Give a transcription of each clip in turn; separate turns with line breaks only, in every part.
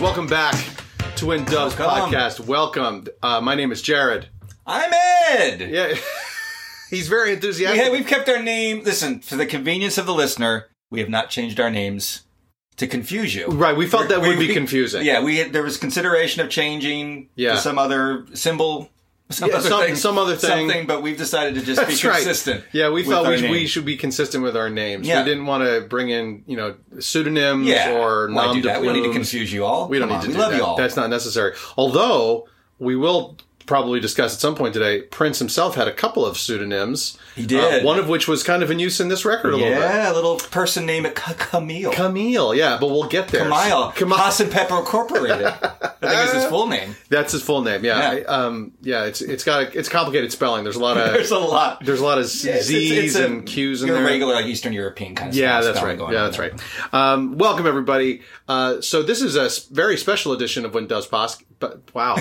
welcome back to When Doves
Welcome.
podcast. Welcome. Uh, my name is Jared.
I'm Ed.
Yeah, he's very
We
enthusiastic.
ha- we've kept our name. Listen, for the convenience of the listener, we have not changed our names to confuse you.
right, we felt that
We-
would be
we-
confusing.
Yeah, we had, there was consideration of changing
Yeah.
to some other symbol, some
Yeah,
other
some-
thing,
some other thing.
something. But we've decided to just
That's
be
right.
consistent.
Yeah, we
with
felt
our
we, we
name.
should be consistent with our names.
Yeah.
We didn't want to bring in, you know, pseudonyms
yeah.
or
Why
nom
do
de
that? We don't need to
plumes.
confuse you all.
We don't
Come
need to
on,
do
we love
that.
you all.
That's not necessary. Although we will probably discuss at some point today. Prince himself had a couple of pseudonyms. He
did.
one of which was kind of in use in this record a little bit.
yeah, a little person named Ca- Camille.
Camille, yeah, but we'll get there.
Camille.
Camille.
Haas and Pepper Incorporated. I think is his full name.
That's his full name. Yeah,
Yeah.
I- um, yeah. It's it's got a, it's complicated spelling. There's a lot of
There's a lot.
there's a lot of Z's
It's- it's- it's a-
and Q's in
your
there.
regular like Eastern European kind of
Yeah,
stuff
that's
going
right.
on
Yeah,
in
that's
there.
right. Um, welcome everybody. Uh, so this is a s- very special edition of When Does Pos. But wow,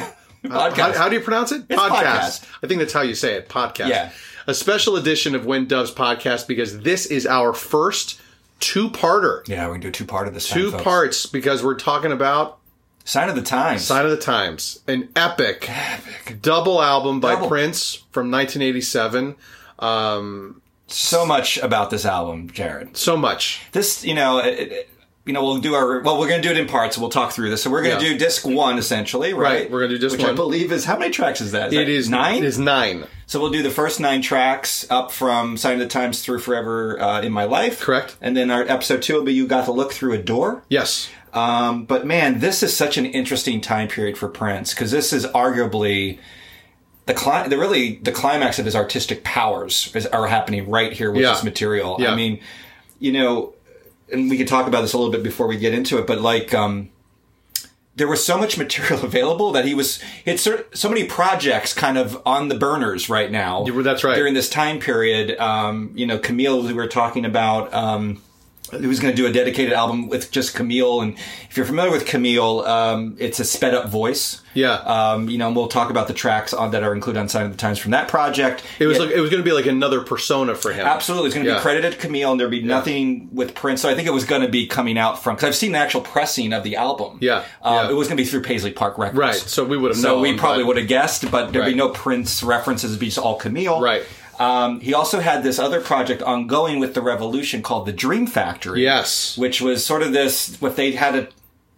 Uh,
Podcast.
how, how do you pronounce it?
podcast.
I think that's how you say it. Podcast.
Yeah.
A special edition of When Doves podcast because this is our first two-parter,
Yeah, we're gonna do two part of this.
two
time, folks.
parts because we're talking about
Sign of the Times.
Sign of the Times, an epic, double album by
Double.
Prince from 1987.
so much about this album, Jared.
So much.
This, you know, it, it- you know, we'll do our well. We're going to do it in parts. We'll talk through this. So we're going to
Yeah.
do disc one essentially, right?
Right, we're gonna do disc
Which I
one.
believe is how many tracks is that?
It
that
is
nine.
It is nine.
So we'll do the first nine tracks up from Sign of the Times through Forever uh, in My Life.
Correct.
And then our episode two will be You Got to Look Through a Door.
Yes.
Um, but man, this is such an interesting time period for Prince because this is arguably the, cli- the really the climax of his artistic powers is, are happening right here with
Yeah.
this material.
Yeah.
I mean, you know, and we can talk about this a little bit before we get into it, but like, um, there was so much material available that he was it's so, so many projects kind of on the burners right now.
You- that's right.
During this time period, um, you know, Camille, we were talking about. Um, who was going to do a dedicated album with just Camille. And if you're familiar with Camille, um, it's a sped up voice.
Yeah.
Um, you know, and we'll talk about the tracks on, that are included on Sign of the Times from that project.
It was like it was going to be like another persona for him.
Absolutely. It's going to
Yeah.
be credited to Camille and there'd be nothing with Prince. So I think it was going to be coming out from, because I've seen the actual pressing of the album.
Yeah.
Um,
Yeah.
It was going to be through Paisley Park Records.
Right. So we would have
So
known.
we probably
but-
would have guessed, but there'd
Right.
be no Prince references. It'd be just all Camille.
Right.
Um, he also had this other project ongoing with the Revolution called the Dream Factory.
Yes.
Which was sort of this what they had a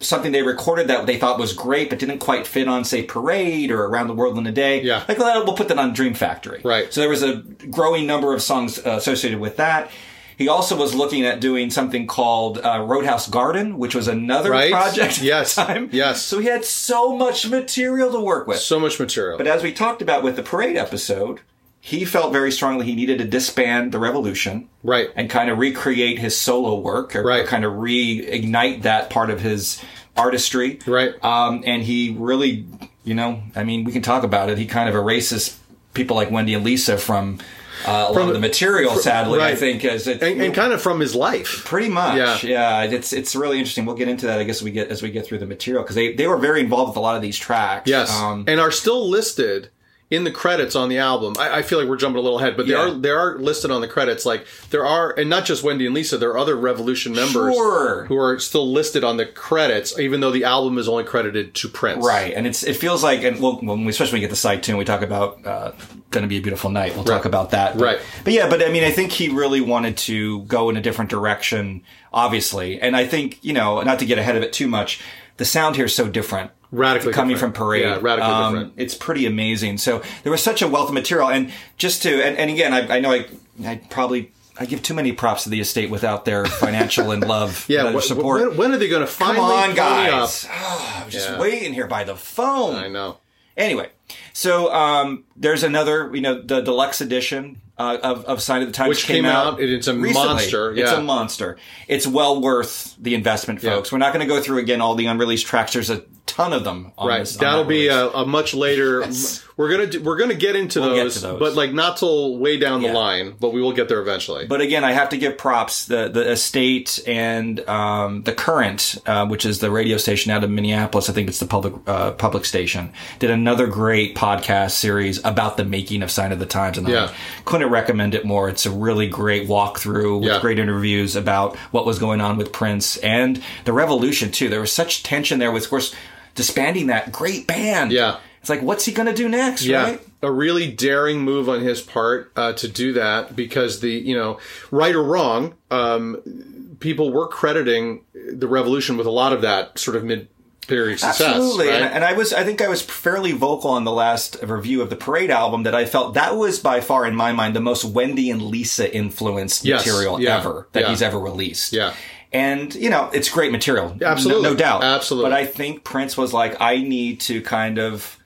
something they recorded that they thought was great but didn't quite fit on say Parade or Around the World in a Day.
Yeah.
Like well, we'll put that on Dream Factory.
Right.
So there was a growing number of songs uh, associated with that. He also was looking at doing something called uh, Roadhouse Garden, which was another
Right.
project. at
Yes.
the Time.
Yes.
So he had so much material to work with.
So much material.
But uh, as we talked about with the parade episode, he felt very strongly he needed to disband the revolution.
Right.
And kind of recreate his solo work or
Right.
kind of reignite that part of his artistry.
Right.
Um, and he really, you know, I mean, we can talk about it. He kind of erases people like Wendy and Lisa from uh, a lot of the material, sadly, I
right.
think, as it,
and, and kind of from his life.
Pretty much, yeah.
Yeah.
It's it's really interesting. We'll get into that, I guess, we get as we get through the material because they, they were very involved with a lot of these tracks.
Yes.
Um,
and are still listed in the credits on the album. I, I feel like we're jumping a little ahead, but they
Yeah.
are they are listed on the credits. Like there are, and not just Wendy and Lisa. There are other Revolution members
Sure.
who are still listed on the credits, even though the album is only credited to Prince.
Right, and it's it feels like, and well, when we, especially when we get the side tune, we talk about uh, "Gonna Be a Beautiful Night." We'll talk about that, But-
Right.
But yeah, but I mean, I think he really wanted to go in a different direction, obviously, and I think you know, not to get ahead of it too much, the sound here is so different,
Radically
coming
different.
from Parade,
Yeah, radically
Um,
different.
It's pretty amazing. So there was such a wealth of material, and just to, and, and again, I, I know I, I probably. I give too many props to the estate without their financial and love,
Yeah.
their
wh- wh-
support.
When, when are they going to finally
Come on,
pony up?
guys! Oh, I'm just waiting here by the phone.
I know.
Anyway, so um, there's another, you know, the deluxe edition uh, of, of Sign of the Times,
Which came out, and it's a monster,
It's
yeah.
a monster. It's well worth the investment, folks. We're not going to go through again all the unreleased tracks. There's a ton of them. On
Right,
this, on
that'll
that
be uh,
release.
a, a much later.
Yes.
We're gonna do, we're gonna get into
get
those,
to those.
but like not till way down
Yeah.
the line. But we will get there eventually.
But again, I have to give props the the estate and um, the current, uh, which is the radio station out of Minneapolis. I think it's the public uh, public station. Did another great podcast series about the making of Sign of the Times, and
Yeah.
I couldn't recommend it more. It's a really great walkthrough with
Yeah.
great interviews about what was going on with Prince and the revolution too. There was such tension there with, of course, disbanding that great band.
Yeah.
it's like what's he going to do next?
Yeah,
Right?
a really daring move on his part uh, to do that because the you know right or wrong, um, people were crediting the revolution with a lot of that sort of mid period success.
Absolutely,
right?
and, and I was I think I was fairly vocal on the last review of the Parade album that I felt that was by far in my mind the most Wendy and Lisa influenced
Yes,
material
yeah,
ever that
yeah.
he's ever released.
Yeah.
And you know it's great material,
Absolutely,
no, no doubt,
absolutely.
But I think Prince was like, I need to kind of.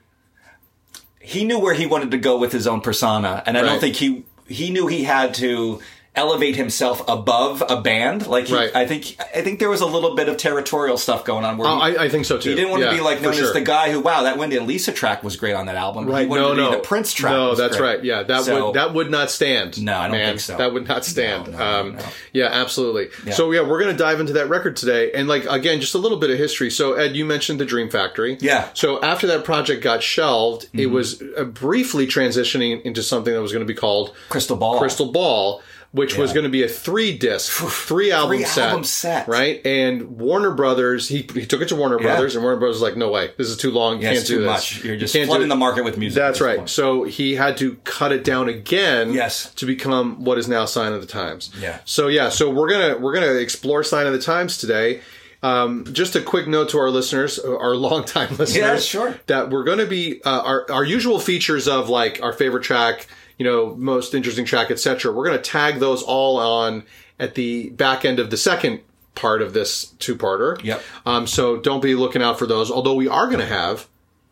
He knew where he wanted to go with his own persona, and I don't
Right.
think he he knew he had to elevate himself above a band. Like he,
Right.
I think I think there was a little bit of territorial stuff going on where
Oh,
he-
I, I think so too.
he didn't want
Yeah,
to be like
for
known as
sure.
the guy who, wow, that Wendy and Lisa track was great on that album. He
Right,
wanted
no,
to be
no,
the Prince track.
No,
was
that's
great.
right. Yeah, that
So-
would that would not stand.
No, I don't
man.
think so.
That would not stand.
No, no,
um,
no.
Yeah, absolutely. So yeah, we're gonna dive into that record today, and like again, just a little bit of history. So Ed, you mentioned the Dream Factory.
Yeah. Mm-hmm.
So after that project got shelved, it was uh, briefly transitioning into something that was going to be called
Crystal Ball.
Crystal Ball, which was going to be a three disc, three album
Three
set,
album set.
right? And Warner Brothers, he, he took it to Warner Brothers, and Warner Brothers was like, no way, this is too long,
Yeah,
can't
it's
do
too
this.
much. You're
You
just
can't do
flooding
it."
the market with music. at
That's
this
right.
point.
So he had to cut it down again.
Yes.
To become what is now Sign of the Times.
Yeah.
So yeah. So we're gonna we're gonna explore Sign of the Times today. Um, just a quick note to our listeners, uh, our longtime listeners.
sure.
That we're gonna be uh, our our usual features of like our favorite track, you know, most interesting track, etc. We're gonna tag those all on at the back end of the second part of this two-parter.
Yep.
Um, so don't be looking out for those. Although we are gonna have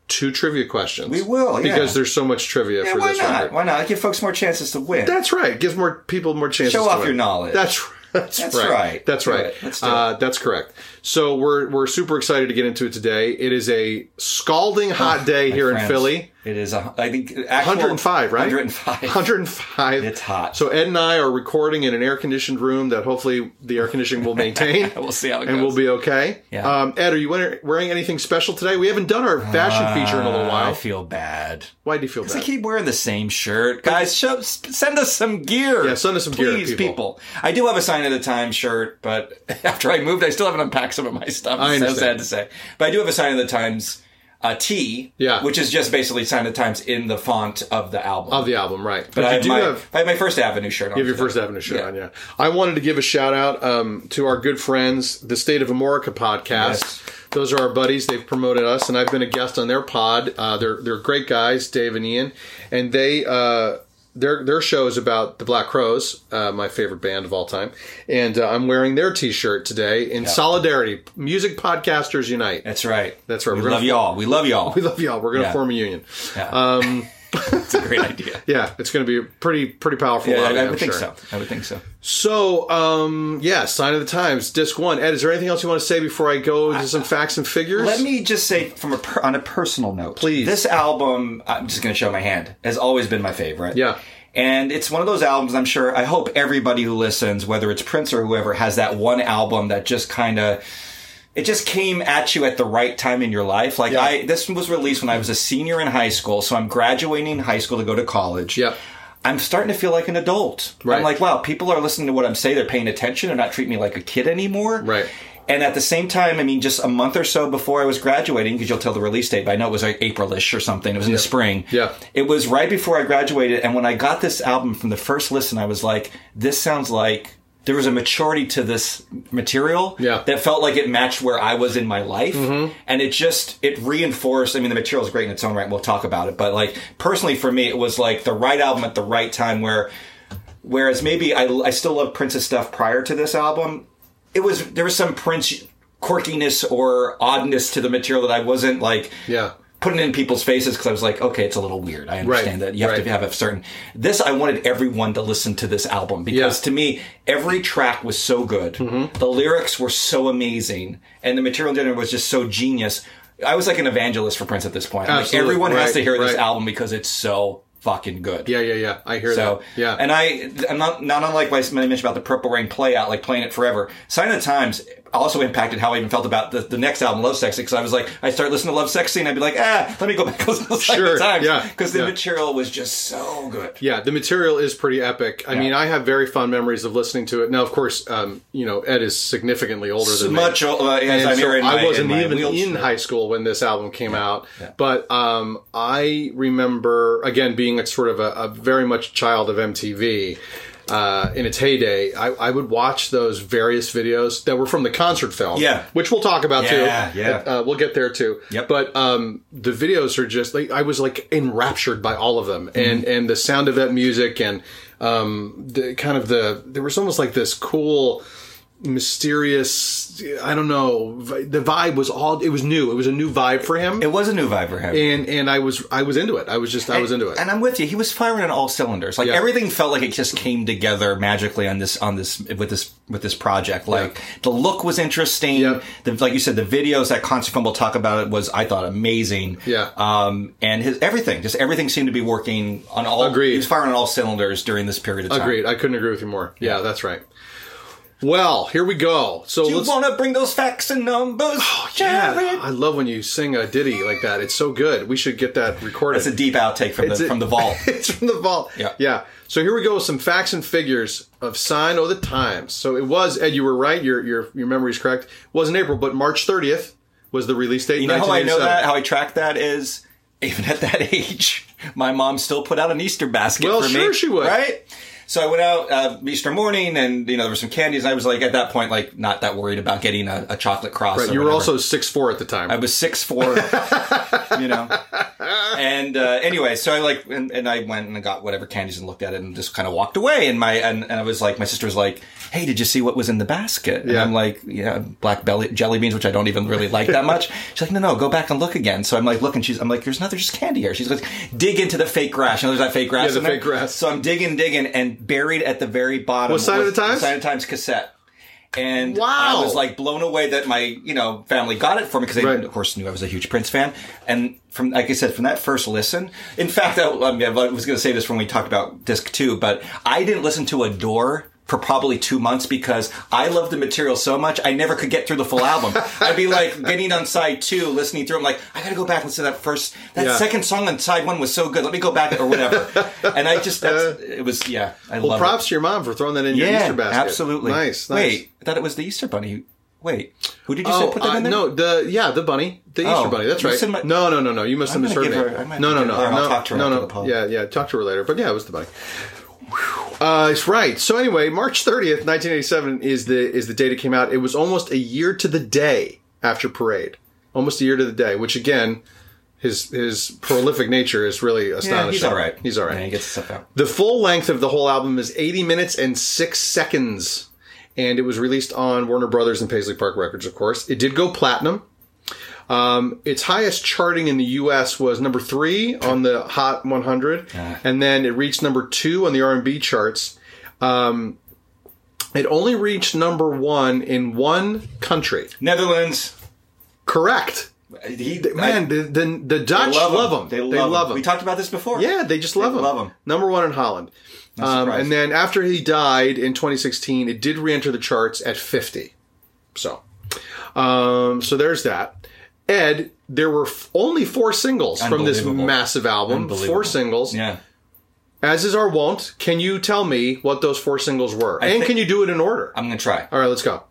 two trivia questions.
We will, yeah.
because there's so much trivia
Yeah,
for
why
this
not?
record.
Why not? Give folks more chances to win.
That's right. Gives more people more chances.
Show
to
off
win.
your knowledge.
That's that's,
That's
right.
right.
That's
Do
right.
it. Let's do
Uh, that's correct. So we're we're super excited to get into it today. It is a scalding hot day
Ah, my
here in
friends.
Philly.
It is, a, I think, actual,
105, right?
105.
105.
It's hot.
So Ed and I are recording in an air conditioned room that hopefully the air conditioning will maintain.
We'll see how it
And we'll
goes.
be okay.
Yeah.
Um, Ed, are you wearing wearing anything special today? We haven't done our fashion feature in a little
Uh, I
while.
feel bad.
Why do you feel
I
bad?
keep wearing the same shirt. Guys, show, s- send us some gear.
Yeah, send us some gear,
Please,
people.
I do have a Sign of the Time shirt, but after I moved, I still haven't unpacked some of my stuff.
I
It's so sad
understand.
to say. But I do have a Sign of the Times uh, tee,
Yeah.
which is just basically Sign of the Times in the font of the album.
Of the album, right? But,
but I
you
have,
do
my,
have
I have my First Avenue shirt on.
Give your
today.
first avenue shirt
Yeah.
on, yeah. I wanted to give a shout out um, to our good friends, the State of Amorica podcast.
Yes.
Those are our buddies. They've promoted us, and I've been a guest on their pod. Uh, they're they're great guys, Dave and Ian, and they uh, their their show is about the Black Crows, uh, my favorite band of all time. And uh, I'm wearing their T-shirt today in solidarity. Music podcasters unite.
That's right.
That's right.
We
We're
love
gonna-
y'all. We love y'all.
We love Um, y'all. We're gonna
Yeah.
form a union.
yeah. it's a great idea.
Yeah, it's gonna be a pretty pretty powerful.
Yeah, I,
rally,
I
I'm
would think
sure.
so. I would think so.
So, um, yeah, sign of the times, disc one. Ed, is there anything else you want to say before I go to some facts and figures?
Let me just say, from a per- on a personal note,
Please.
This album, I'm just going to show my hand, has always been my favorite.
Yeah.
and it's one of those albums. I'm sure. I hope everybody who listens, whether it's Prince or whoever, has that one album that just kind of. It just came at you at the right time in your life. Like
Yeah.
I, this was released when I was a senior in high school, so I'm graduating high school to go to college.
Yep.
I'm starting to feel like an adult.
Right.
I'm like, wow, people are listening to what I'm saying. They're paying attention. They're not treating me like a kid anymore.
Right.
And at the same time, I mean, just a month or so before I was graduating, because you'll tell the release date, but I know it was like Aprilish or something. It was in the spring.
Yeah.
It was right before I graduated. And when I got this album from the first listen, I was like, this sounds like there was a maturity to this material
Yeah. Mm-hmm.
that felt like it matched where I was in my life. And it just, it reinforced. I mean, the material is great in its own right. and We'll talk about it. But like, personally, for me, it was like the right album at the right time where Whereas maybe I, I still love Prince's stuff prior to this album. It was there was some Prince quirkiness or oddness to the material that I wasn't like
Yeah.
putting in people's faces because I was like, okay, it's a little weird. I understand
Right,
that you have
right.
to have a certain. This I wanted everyone to listen to this album because
Yeah. Mm-hmm.
to me every track was so good, the lyrics were so amazing, and the material in general was just so genius. I was like an evangelist for Prince at this point. I'm like,
Absolutely,
everyone has
right,
to hear this
right.
album because it's so fucking good.
Yeah, yeah, yeah. I hear
So
that. Yeah.
and I, I'm not not unlike what I mentioned about the Purple Rain play out, like playing it forever. Sign of the Times. also impacted how I even felt about the, the next album, Love Sexy, because I was like, I start listening to Love Sexy, and I'd be like, ah, let me go back and listen to
Sure,
sure, times,
yeah,
because the
yeah.
material was just so good.
Yeah, the material is pretty epic. I
Yeah.
mean, I have very fond memories of listening to it. Now, of course, um, you know, Ed is significantly older
So
than me.
much uh, as
And
I'm
so
here in my,
I wasn't
in my
even
wheelchair.
in high school when this album came out,
yeah.
but um, I remember again being a sort of a, a very much child of MTV uh, in its heyday. I, I would watch those various videos that were from the concert film,
Yeah.
which we'll talk about
Yeah,
too.
yeah.
Uh, we'll get there too.
Yep.
But um, the videos are just like I was like enraptured by all of
Mm-hmm.
them, and and the sound of that music and um, the kind of the there was almost like this cool mysterious i don't know vi- the vibe was all it was new it was a new vibe for him
It was a new vibe for him.
and and i was i was into it i was just i was into it
And I'm with you. He was firing on all cylinders. Like
Yeah.
everything felt like it just came together magically on this on this with this with this project. Like
Yeah.
the look was interesting.
Yeah.
The, like you said, the videos that Concert Film will talk about it was I thought amazing.
Yeah.
Um, and his everything, just everything seemed to be working on all.
Agreed.
He was firing on all cylinders during this period of time.
agreed i couldn't agree with you more yeah, that's right well here we go so
You
let's
want to bring those facts and numbers,
Oh, yeah,
Jared?
i love when you sing a ditty like that it's so good we should get that recorded
That's a deep outtake from
It's
the
a-
from the vault.
it's from the vault.
Yeah.
Yeah. So here we go with some facts and figures of sign o' the times. So it was Ed, you were right. Your your your memory is correct. It was in April, but March 30th was the release date.
You know how I know that? How I track that is even at that age, my mom still put out an Easter basket
Well,
for me.
sure she would.
Right? So I went out uh, Easter morning, and you know there were some candies. And I was like, at that point, like not that worried about getting a, a chocolate cross. or
You were
whatever.
also six four at the time.
I was six four, you know. And uh, anyway, so I like and, and I went and I got whatever candies and looked at it and just kind of walked away. And my and, and I was like, my sister was like, "Hey, did you see what was in the basket?" And
Yeah.
I'm like, "Yeah, black belly jelly beans, which I don't even really like that much." She's like, "No, no, go back and look again." So I'm like, "Look," and she's I'm like, "There's nothing, just candy here." She's like, "Dig into the fake grass." You know, there's that fake grass.
Yeah, the
in there?
fake grass.
So I'm digging, digging, and buried at the very bottom.
What side of
was
the Times?
Sign of the Times cassette. And
Wow.
I was like blown away that my you know family got it for me because they
Right.
of course knew I was a huge Prince fan. And from like I said, from that first listen, in fact, I, I mean, I was going to say this when we talked about disc two, but I didn't listen to Adore for probably two months because I loved the material so much I never could get through the full album. I'd be like getting on side two, listening through. I'm like, I got to go back and listen to that first. That
Yeah.
second song on side one was so good. Let me go back or whatever. and I just that's, it was yeah. I love
Props to your mom for throwing that in your
yeah,
Easter basket.
absolutely.
Nice. nice.
Wait, I thought it was the Easter Bunny. Wait, who did you
Oh,
say put that
uh,
in there?
no, the yeah, the bunny, the
Oh,
Easter bunny. That's
you
right.
said my-
no, no, no, no. You must have
I'm gonna
misheard me.
give her- I might
no, no,
give
no,
her-
no.
I'll talk to her
no,
after
no.
the pod.
Yeah, yeah. Talk to her later. But yeah, it was the bunny. Uh, it's right. So anyway, March thirtieth, nineteen eighty-seven is the is the date it came out. It was almost a year to the day after Parade. Almost a year to the day, which again, his his prolific nature is really astonishing.
Yeah, he's all right.
He's all right.
Yeah, he gets the stuff out.
The full length of the whole album is 80 minutes and 6 seconds. And it was released on Warner Brothers and Paisley Park Records, of course. It did go platinum. Um, its highest charting in the U.S. was number three on the Hot 100, and then it reached number two on the R&B charts. Um, it only reached number one in one country.
Netherlands.
Correct,
He,
man. the, the the Dutch love, them.
They love, him. We talked about this before.
Yeah, they just love him.
love him.
Number one in Holland. Um,
surprise.
and then after he died in 2016, it did re-enter the charts at 50. So, um, so there's that. Ed, there were f- only four singles from this
Unbelievable.
massive album. Four
Unbelievable.
singles.
Yeah.
As is our wont, can you tell me what those four singles were? and
think-
can you do it in order?
I'm going to try.
All right, let's go.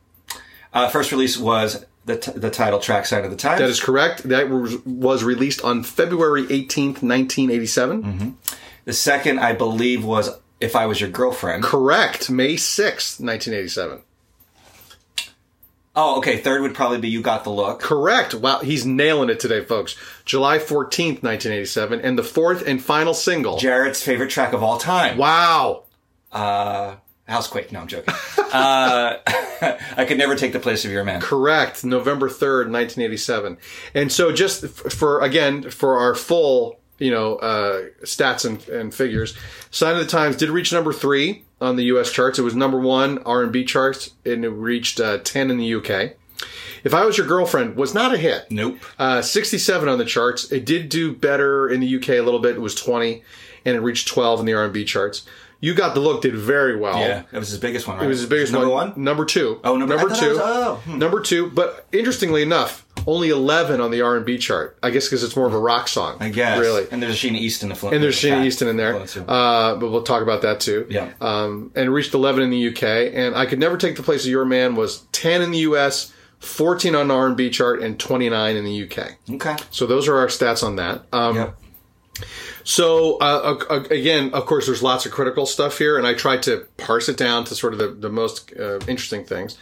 Uh, first release was the, t- the title track, Sign of the Times.
That is correct. That was, was released on February 18th, 1987.
Mm-hmm. the second, I believe, was If I Was Your Girlfriend.
Correct. May 6th, 1987.
Oh, okay. Third would probably be You Got the Look.
Correct. Wow, he's nailing it today, folks. July 14th, 1987, and the fourth and final single.
Jarrett's favorite track of all time.
wow.
Housequake. No, I'm joking. uh, I could never take the place of your man.
Correct. November 3rd, 1987. And so just f- for again, for our full, you know, uh, stats and, and figures, Sign of the Times did reach number 3 on the US charts. It was number 1 R&B charts and it reached uh, 10 in the UK. If I was your girlfriend was not a hit.
Nope.
Uh, 67 on the charts. It did do better in the UK a little bit. It was 20, and it reached 12 in the R&B charts. You Got the Look did very well.
Yeah, that was his biggest one, right?
It was his biggest
Number
one.
one.
Number two.
Oh, number- I thought
two.
that was- oh, hmm.
Number two. But interestingly enough, only eleven on the R and B chart. I guess because it's more of a rock song.
I guess.
Really.
And there's a Sheena Easton afloat.
And there's Sheena
Cat
Easton in there,
afloat, too.
uh, but we'll talk about that too.
Yeah.
Um, and reached 11 in the UK, and I could never take the place of Your Man was 10 in the US, 14 on the R&B chart, and 29 in the UK.
okay.
So those are our stats on that. Um,
Yep.
So uh, a- a- again, of course, there's lots of critical stuff here, and I tried to parse it down to sort of the, the most uh, interesting things.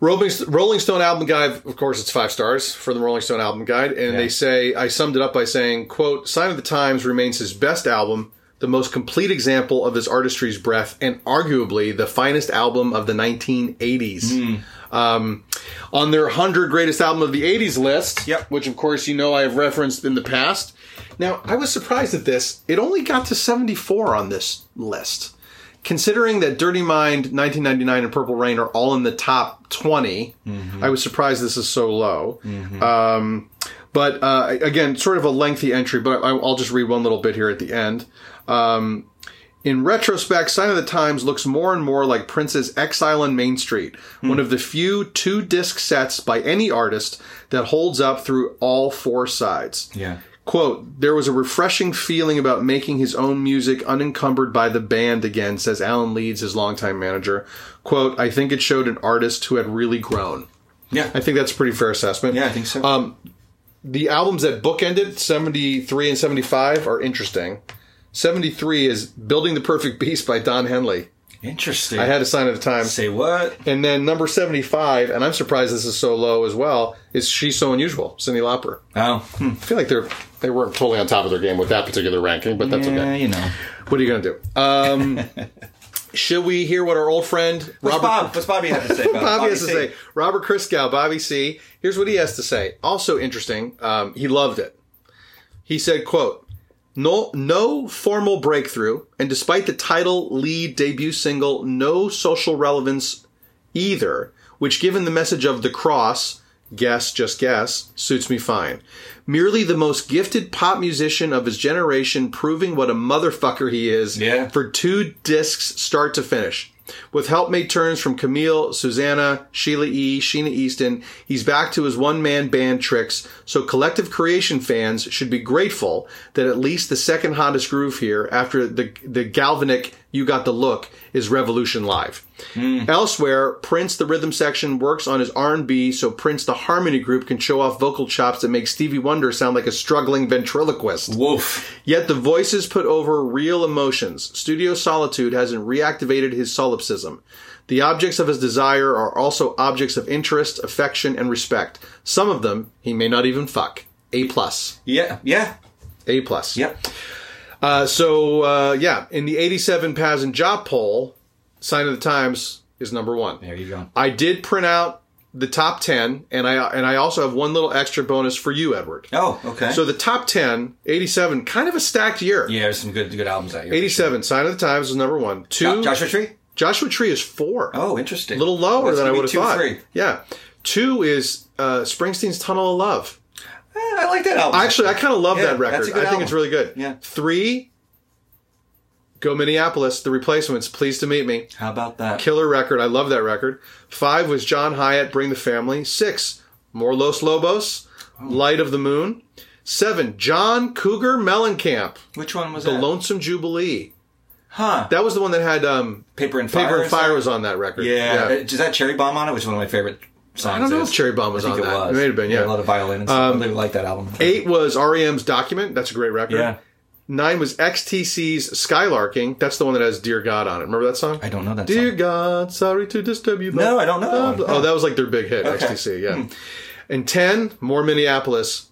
Rolling, Rolling Stone album guide, of course, it's five stars for the Rolling Stone album guide, and they say I summed it up by saying, "quote Sign of the Times remains his best album, the most complete example of his artistry's breadth, and arguably the finest album of the 1980s." Um, on their 100 greatest album of the 80s list,
Yep.
which of course you know I have referenced in the past. Now, I was surprised at this. It only got to 74 on this list. Considering that Dirty Mind, 1999, and Purple Rain are all in the top 20, I was surprised this is so low. Um, but uh, again, sort of a lengthy entry, but I, I'll just read one little bit here at the end. Um, in retrospect, Sign of the Times looks more and more like Prince's Exile on Main Street, one of the few two disc sets by any artist that holds up through all four sides.
Yeah.
Quote, there was a refreshing feeling about making his own music unencumbered by the band again, says Alan Leeds, his longtime manager. Quote, I think it showed an artist who had really grown.
Yeah.
I Um, think that's a pretty fair assessment.
yeah, I think so.
The albums that bookended, 73 and 75, are interesting. 73 is Building the Perfect Beast by Don Henley.
Interesting.
I had a sign at the time.
say what?
And then number 75, and I'm surprised this is so low as well, is She's So Unusual, Cindy Lauper.
Oh, hmm.
I feel like they're, they weren't totally on top of their game with that particular ranking, but that's
yeah,
okay.
you know.
What are you going to do? Um, should we hear what our old friend
What's
Robert
Bob? What's Bobby have to say? About it?
Bobby, has to
C.
say? Robert Christgau, Bobby C. Here's what he has to say. Also interesting. Um, he loved it. He said, "quote No, no formal breakthrough, and despite the title, lead, debut single, no social relevance either. Which, given the message of the cross." Guess, just guess, suits me fine. Merely the most gifted pop musician of his generation, proving what a motherfucker he is
Yeah.
for two discs start to finish. With helpmate turns from Camille, Susanna, Sheila E., Sheena Easton, he's back to his one man band tricks, so collective creation fans should be grateful that at least the second hottest groove here, after the, the Galvanic You Got the Look, is Revolution Live. Elsewhere, Prince, the rhythm section, works on his R&B so Prince, the harmony group, can show off vocal chops that make Stevie Wonder sound like a struggling ventriloquist.
Woof.
Yet the voices put over real emotions. Studio Solitude hasn't reactivated his solipsism. The objects of his desire are also objects of interest, affection, and respect. Some of them he may not even fuck. A plus.
Yeah, yeah,
A plus.
yep.
Uh, so, uh, yeah, in the 87 Paz and Job poll, Sign of the Times is number one.
There you go.
I did print out the top 10, and I, and I also have one little extra bonus for you, Edward.
Oh, okay.
So the top 10, 87, kind of a stacked year.
yeah, there's some good good albums out here.
87, Sign of the Times was number one. Two,
Jo- Joshua Tree.
Joshua Tree is four.
Oh, interesting.
A little lower
That's
than I
gonna
would
be
have
two,
thought.
Three.
Yeah. Two is uh, Springsteen's Tunnel of Love.
Eh, I like that album.
Actually, I kind of love
Yeah,
that record.
that's a good
I think
album.
it's really good.
Yeah.
Three, Go Minneapolis, The Replacements, Pleased to Meet Me.
how about that?
Killer record. I love that record. Five was John Hyatt, Bring the Family. Six, More Los Lobos,
Oh.
Light of the Moon. Seven, John Cougar Mellencamp,
Which one was
The
that?
Lonesome Jubilee.
huh?
That was the one that had um,
Paper and Fire.
Paper and
is
Fire
that-
was on that record.
Yeah. Uh, Is that Cherry Bomb on it? Which is one of my favorite songs.
I don't know
is.
if Cherry Bomb was
I
on
think
that.
it was.
It may have been, yeah. Um,
a lot of violin and stuff. I really like that album.
Eight was REM's Document. That's a great record.
Yeah.
Nine was XTC's Skylarking. That's the one that has Dear God on it. Remember that song?
I don't know that
Dear
song.
God, sorry to disturb you. but-
No, I don't know that one.
Oh, that was like their big hit,
Okay. Hmm.
XTC, yeah. And 10, more Minneapolis,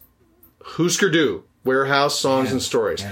Husker Du, Warehouse Songs and Stories.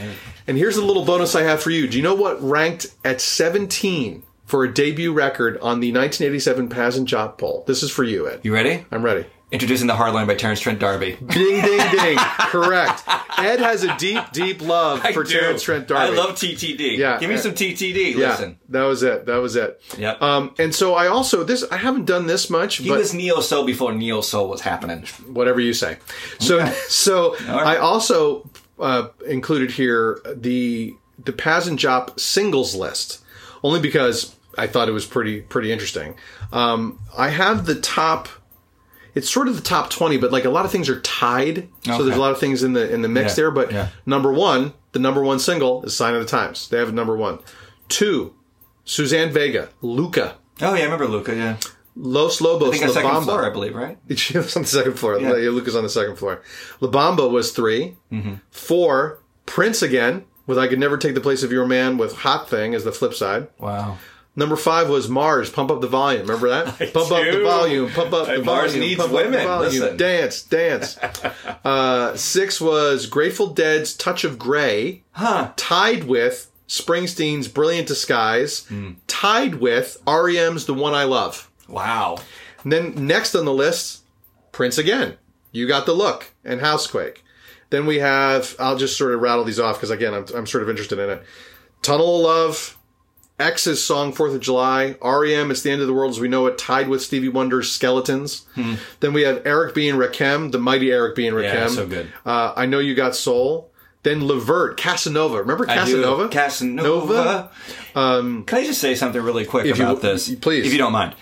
And here's a little bonus I have for you. Do you know what ranked at 17 for a debut record on the 1987 Paz and Job poll? This is for you, Ed.
You ready?
I'm ready.
Introducing the Hardline by Terrence Trent D'Arby.
Ding, ding, ding. Correct. Ed has a deep, deep love
I
for
do.
Terrence Trent D'Arby.
I love TTD.
Yeah.
Give me some TTD.
yeah,
Listen.
that was it. That was it.
Yep.
Um, and so I also this I haven't done this much,
He
but
was neo soul before neo soul was happening.
whatever you say. So so
right.
I also uh, included here the the Paz and Jop singles list, only because I thought it was pretty pretty interesting. Um, I have the top. It's sort of the top twenty, but like a lot of things are tied, so
Okay.
there's a lot of things in the in the mix
Yeah,
there. But
yeah.
number one, the number one single is "Sign of the Times." They have number one. Two, Suzanne Vega, Luca,
Oh yeah, I remember Luca. Yeah,
Los Lobos,
I think on
La
second
Bamba.
floor, I believe, right?
She was on the second floor. Yeah. Luca's on the second floor. La Bamba was 3
Mm-hmm.
Four, Prince again, with I Could Never Take the Place of Your Man with Hot Thing as the flip side.
Wow.
Number five was Mars, Pump Up the Volume. Remember that? pump up the
do.
volume, pump up the
Mars
volume.
needs
pump up the
women.
volume.
Listen.
Dance, dance. uh, six was Grateful Dead's Touch of Grey,
Huh.
tied with Springsteen's Brilliant Disguise,
Mm.
tied with REM's The One I Love.
Wow.
And then next on the list, Prince again. You got the look and Housequake. Then we have, I'll just sort of rattle these off because again, I'm, I'm sort of interested in it. Tunnel of Love, X's song Fourth of July, REM, It's the End of the World as We Know It, tied with Stevie Wonder's Skeletons. Then we have Eric B. and Rakim, the mighty Eric B. and Rakim.
Hmm. Yeah, so good.
Uh, I Know You Got Soul. Then Levert, Casanova. Remember
I do.
Casanova? Um,
Casanova. Can I just say something really quick
If you-
about this,
please.
if you don't mind?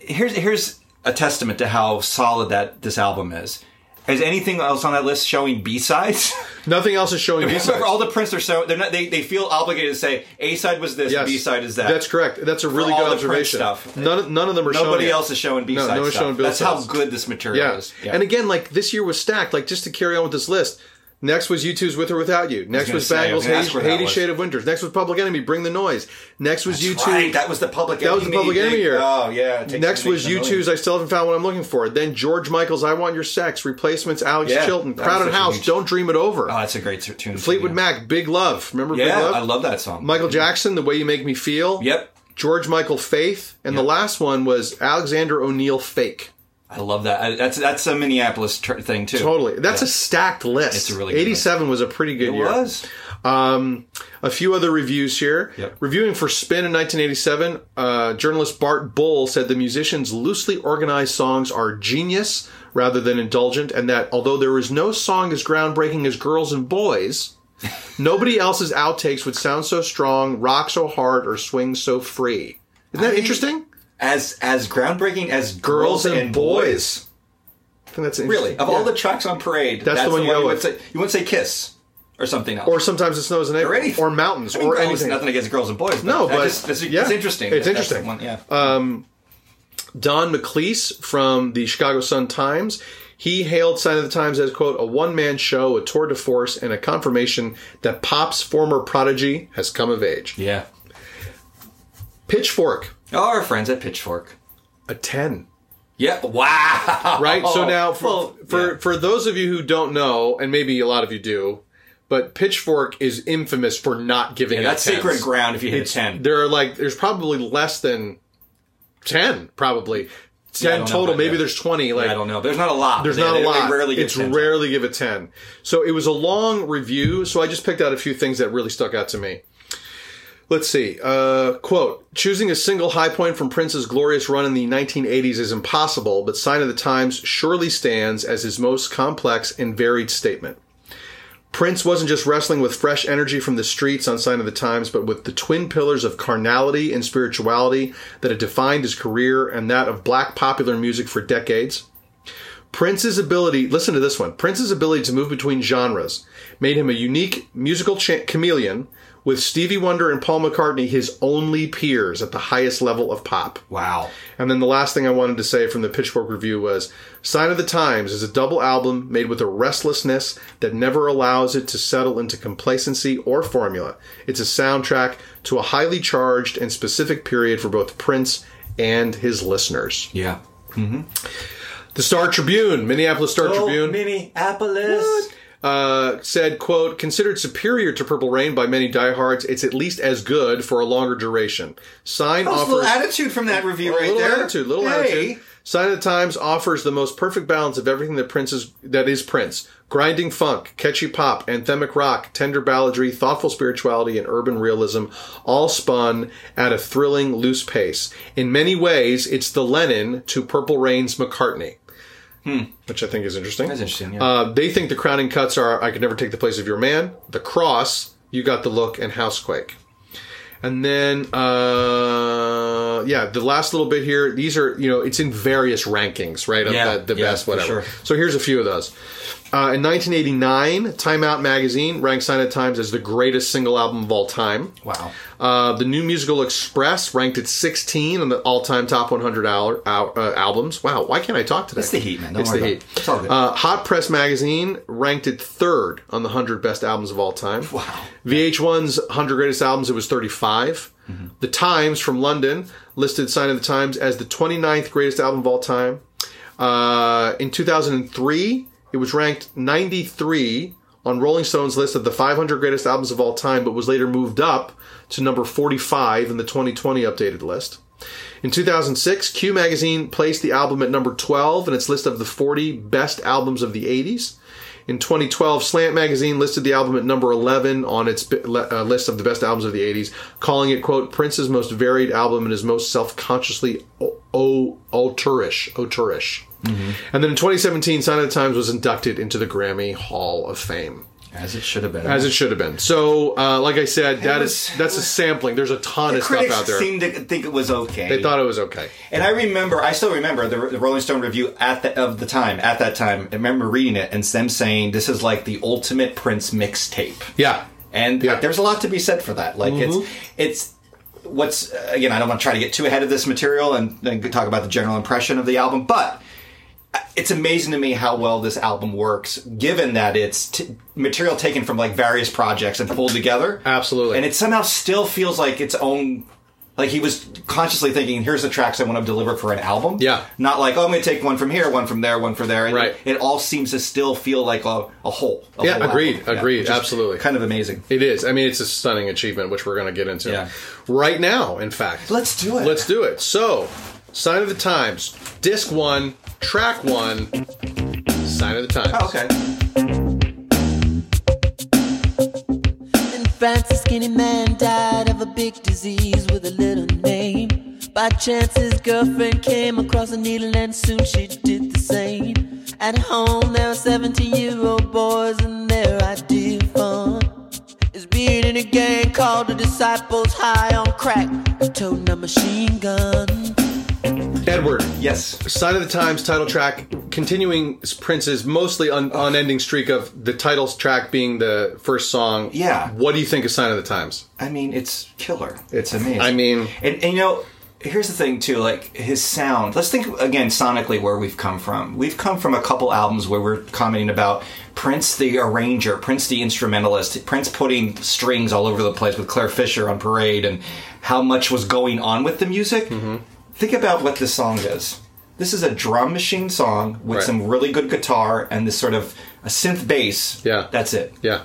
Here's here's a testament to how solid that this album is. Is anything else on that list showing B sides?
Nothing else is showing me.
Except for all the prints are so they're not they, they feel obligated to say A side was this,
Yes.
B side is that.
That's correct. That's a really
all
good
the Prince
observation.
stuff.
None, none of them are showing
Nobody
it.
else is showing B
No,
side
no one's
stuff.
showing B
That's
sides.
how good this material
Yeah.
is.
And again, like this year was stacked. Like just to carry on with this list. Next was U2's With or Without You. Next
gonna
was
say, I
Bangles'
was gonna
Hades,
ask where that
Hades
was.
Shade of Winters. Next was Public Enemy, Bring the Noise. Next was U2.
Right, that was the public
That was the Public Enemy
thing.
year.
Oh yeah. it takes
Next
a
was
million.
U2's I Still Haven't Found What I'm Looking For. Then George Michael's I Want Your Sex. Replacements Alex
Yeah,
Chilton.
that was
Crowded
such a
House,
huge-
Don't Dream It Over.
Oh, that's a great t- tune.
Fleetwood
yeah.
Mac, Big Love. Remember Big
Yeah,
Love?
I love that song.
Michael Jackson, The Way You Make Me Feel.
Yep.
George Michael, Faith. And the last one was Alexander O'Neill, Fake.
I love that. I, that's that's a Minneapolis tr- thing too.
Totally. That's a stacked list.
It's a really good
87 was a pretty good
It
year.
was.
Um, a few other reviews here.
Yep.
Reviewing for Spin in 1987, uh, journalist Bart Bull said the musicians' loosely organized songs are genius rather than indulgent, and that although there is no song as groundbreaking as Girls and Boys, nobody else's outtakes would sound so strong, rock so hard, or swing so free. Isn't that
I-
interesting?
As as groundbreaking as
Girls
Girls,
and
and Boys.
I think that's interesting.
Really, of all
Yeah.
the tracks on Parade,
That's the one you go
would
with.
Say, you wouldn't say Kiss or something else,
Or sometimes it snows in April,
or anything,
or mountains,
I mean,
or
girls,
anything.
Nothing against Girls and Boys. But
No,
that
but-
just- that's,
yeah.
it's interesting.
It's
That- that's
interesting. Uh,
the one, yeah.
Don McLeese from the Chicago Sun Times. He hailed Sign of the Times as, quote, a one man show, a tour de force, and a confirmation that pop's former prodigy has come of age.
yeah.
Pitchfork,
Oh, our friends at Pitchfork.
a 10.
Yeah. Wow.
Right? so now, for,
Oh, Well,
for,
yeah.
for those of you who don't know, and maybe a lot of you do, but Pitchfork is infamous for not giving out
that's
10s.
sacred ground. If you hit a ten,
There are like, there's probably less than 10, probably. 10
don't know,
total.
but
maybe
yeah.
there's 20. Like,
I don't know. There's not a lot.
There's
They-
not
they-
a
they
lot.
rarely get
it's
10s.
rarely give a 10. So it was a long review, so I just picked out a few things that really stuck out to me. Let's see. Uh, quote Choosing a single high point from Prince's glorious run in the 1980s is impossible, but Sign of the Times surely stands as his most complex and varied statement. Prince wasn't just wrestling with fresh energy from the streets on Sign of the Times, but with the twin pillars of carnality and spirituality that had defined his career and that of black popular music for decades. Prince's ability, listen to this one. Prince's ability to move between genres made him a unique musical cha- chameleon, with Stevie Wonder and Paul McCartney his only peers at the highest level of pop.
Wow.
And then the last thing I wanted to say from the Pitchfork review was Sign of the Times is a double album made with a restlessness that never allows it to settle into complacency or formula. It's a soundtrack to a highly charged and specific period for both Prince and his listeners.
Yeah.
The Star Tribune, Minneapolis Star Tribune.
Minneapolis.
uh, said, quote, considered superior to Purple Rain by many diehards, it's at least as good for a longer duration. Sign
That was a little
offers
attitude from that review
a
right
little
there.
attitude, little
Hey.
attitude. Sign of the Times offers the most perfect balance of everything that Prince is, that is Prince. Grinding funk, catchy pop, anthemic rock, tender balladry, thoughtful spirituality, and urban realism, all spun at a thrilling, loose pace. In many ways, it's the Lennon to Purple Rain's McCartney.
Hmm.
Which I Uh, think is interesting.
That's interesting. Yeah.
Uh, they think the crowning cuts are I Could Never Take the Place of Your Man, The Cross, You Got the Look, and Housequake. And then, uh, yeah, the last little bit here, these are, you know, it's in various rankings, right? Of
Yeah,
the, the
yeah,
best,
for
whatever.
sure.
So here's a few of those. Uh, in 1989, Time Out magazine ranked Sign of the Times as the greatest single album of all time.
Wow.
Uh, the New Musical Express ranked at 16 on the all-time top 100 al- al- uh, albums. Wow, why can't I talk today?
It's the heat, man. Don't
it's
worry
the
about
heat.
it. It's all good.
Uh, Hot Press magazine ranked it third on the 100 best albums of all time.
Wow.
VH1's 100 greatest albums. It was 35. The Times from London listed Sign of the Times as the 29th greatest album of all time. Uh, in 2003, it was ranked 93 on Rolling Stone's list of the 500 greatest albums of all time, but was later moved up to number 45 in the 2020 updated list. In 2006, Q Magazine placed the album at number 12 in its list of the 40 best albums of the 80s. In 2012, Slant Magazine listed the album at number 11 on its bi- le- uh, list of the best albums of the 80s, calling it, quote, Prince's most varied album and his most self consciously o- o- auteurish. auteurish.
Mm-hmm.
And then in 2017, Sign of the Times was inducted into the Grammy Hall of Fame,
As it should have been.
as it should have been. So, uh, like I said, that
was-
is that's a sampling. There's a ton of stuff
critics
out there.
seemed to think it was okay.
They thought it was okay.
And I remember, I still remember the, the Rolling Stone review at the, of the time. At that time, I remember reading it and them saying this is like the ultimate Prince mixtape.
Yeah.
And
Yeah. Mm-hmm.
there's a lot to be said for that. Like it's it's what's uh, again. I don't want to try to get too ahead of this material and then talk about the general impression of the album, but uh, it's amazing to me how well this album works, given that it's t- material taken from like various projects and pulled together.
Absolutely.
and it somehow still feels like its own. Like he was consciously thinking, here's the tracks I want to deliver for an album.
Yeah.
Not like, oh, I'm going to take one from here, one from there, one from there. And
Right.
It, all seems to still feel like a, a whole. a
Yeah,
whole
agreed,
album.
agreed,
which is
absolutely.
Kind of amazing.
It is. I mean, it's a stunning achievement, which we're going to get into
Yeah.
right now. In fact,
Let's do it.
Let's do it. So, sign of the times, disc one, track one, sign of the times.
Oh, okay.
In France, a skinny man died of a big disease with a little name. By chance, his girlfriend came across a needle, and soon she did the same. At home, there are 17 year old boys, and their idea of fun is being in a gang called the Disciples High on Crack, and toting a machine gun.
Edward.
Yes.
Sign of the Times title track, continuing Prince's mostly un- unending streak of the title track being the first song.
Yeah.
What do you think of Sign of the Times?
I mean, it's killer. It's amazing.
I mean-
and, and you know, here's the thing too. Like his sound. Let's think again sonically where we've come from. We've come from a couple albums where we're commenting about Prince the arranger, Prince the instrumentalist, Prince putting strings all over the place with Claire Fisher on Parade, and how much was going on with the music.
Mm-hmm.
Think about what this song is. This is a drum machine song with
Right.
some really good guitar and this sort of a synth bass.
Yeah.
that's it
Yeah.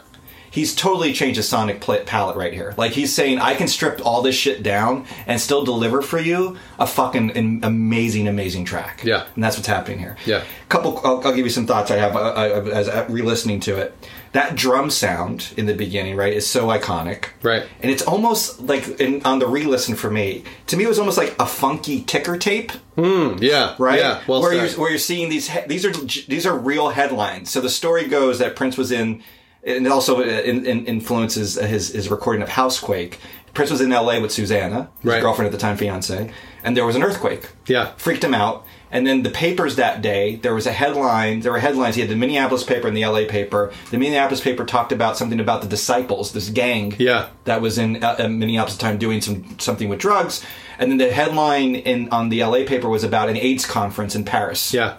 he's totally changed his sonic pla palette right here. Like he's saying, I can strip all this shit down and still deliver for you a fucking an amazing, amazing track.
Yeah.
and that's what's happening here.
Yeah.
couple. I'll, I'll give you some thoughts I have uh, uh, as uh, re-listening to it. That drum sound in the beginning, right, is so iconic.
Right.
and it's almost like in, on the re-listen for me. To me, it was almost like a funky ticker tape
Hmm, Yeah.
right?
Yeah. Well
where
said.
you're where you're seeing these he- these are these are real headlines. So the story goes that Prince was in, and also uh, in, in influences his his recording of Housequake. Prince was in L.A. with Susanna, his
Right.
girlfriend at the time, fiance, and there was an earthquake.
Yeah.
freaked him out. And then the papers that day, there was a headline. There were headlines. He had the Minneapolis paper and the L.A. paper. The Minneapolis paper talked about something about the disciples, this gang
Yeah.
that was in uh, uh, Minneapolis at the time doing some something with drugs. And then the headline in on the LA paper was about an AIDS conference in Paris.
yeah.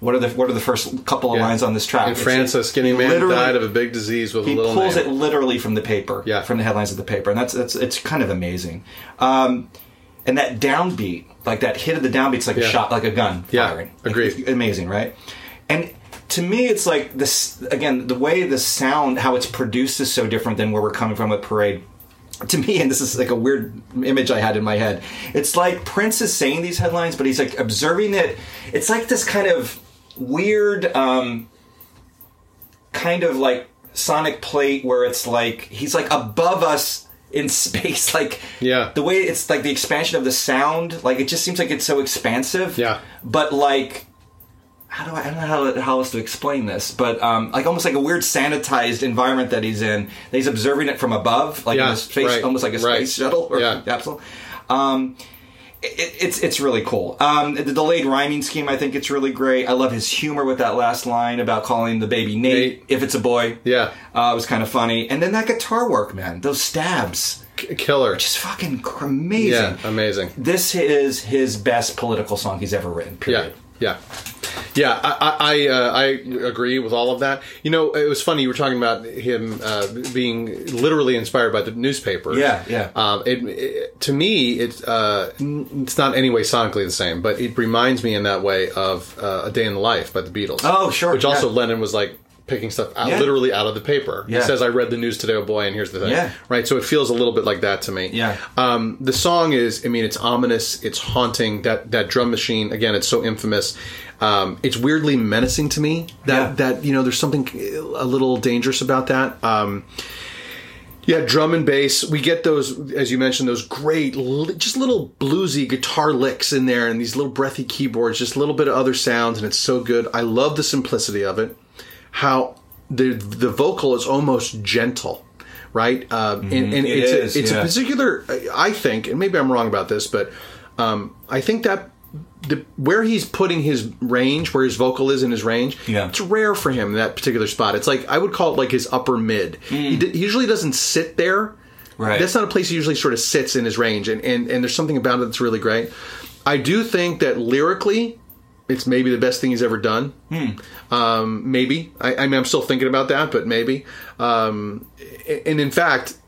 What are the what are the first couple of
Yeah.
lines on this track?
In France, a skinny man
literally-
died of a big disease with a
He
little
pulls
name.
it literally from the paper.
Yeah.
From the headlines of the paper. And that's that's it's kind of amazing. Um and that downbeat, like that hit of the downbeat's like
Yeah.
a shot like a gun
Yeah,
firing.
agreed.
Like, amazing, right? And to me, it's like this again. The way the sound, how it's produced, is so different than where we're coming from with Parade. To me, and this is like a weird image I had in my head. It's like Prince is saying these headlines, but he's like observing it. It's like this kind of weird, um, kind of like sonic plate where it's like he's like above us in space. Like
Yeah.
the way it's like the expansion of the sound. Like it just seems like it's so expansive.
Yeah.
but like how do I, I don't know how, how else to explain this, but um, like almost like a weird sanitized environment that he's in. That he's observing it from above, like in
Yeah,
a space,
right,
almost like a space
right.
shuttle or
Yeah.
capsule. Um, it, it's it's really cool. Um, the delayed rhyming scheme, I think it's really great. I love his humor with that last line about calling the baby Nate,
Nate.
if it's a boy.
Yeah.
uh, it was kind of funny. And then that guitar work, man, those stabs,
K- killer.
just fucking cr- amazing.
Yeah, amazing.
This is his best political song he's ever written.
Yeah,
Period.
yeah, yeah. I I I, uh, I agree with all of that. You know, it was funny you were talking about him uh, being literally inspired by the newspaper.
Yeah, yeah.
Um, it, it- to me, it's uh, n- it's not anyway sonically the same, but it reminds me in that way of uh, A Day in the Life by the Beatles.
Oh, sure,
Which also
yeah.
Lennon was like. Picking stuff out,
Yeah.
literally out of the paper. He
Yeah.
says, "I read the news today, oh boy, and here's the thing."
Yeah.
Right. So it feels a little bit like that to me.
Yeah.
Um, the song is, I mean, it's ominous, it's haunting. That that drum machine again, it's so infamous. Um, it's weirdly menacing to me. That
Yeah.
that you know, there's something a little dangerous about that. Um, yeah, drum and bass. We get those, as you mentioned, those great, li- just little bluesy guitar licks in there, and these little breathy keyboards, just a little bit of other sounds, and it's so good. I love the simplicity of it. How the the vocal is almost gentle, right? Um, and, and
Mm-hmm. It
it's
is,
a, it's
yeah.
a particular, I think, and maybe I'm wrong about this, but um, I think that the where he's putting his range, where his vocal is in his range,
Yeah.
it's rare for him in that particular spot. It's like I would call it like his upper mid. He, d- he usually doesn't sit there.
Hmm. Right.
That's not a place he usually sort of sits in his range, and and, and there's something about it that's really great. I do think that lyrically, it's maybe the best thing he's ever done.
Hmm.
Um, maybe I, I mean I'm still thinking about that, but maybe. Um, a- and in fact,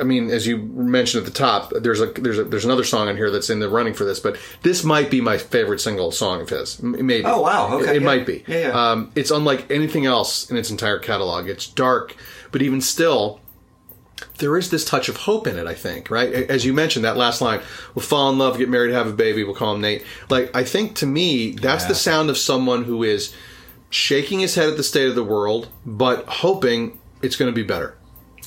I mean, as you mentioned at the top, there's a there's a, there's another song in here that's in the running for this, but this might be my favorite single song of his. M- Maybe.
Oh, wow. Okay,
It, it
yeah.
might be.
Yeah, yeah.
Um, it's unlike anything else in its entire catalog. It's dark, but even still. There is this touch of hope in it, I think, right? A- As you mentioned, that last line, we'll fall in love, get married, have a baby, we'll call him Nate. Like, I think to me, that's the sound of someone who is shaking his head at the state of the world, but hoping it's going to be better.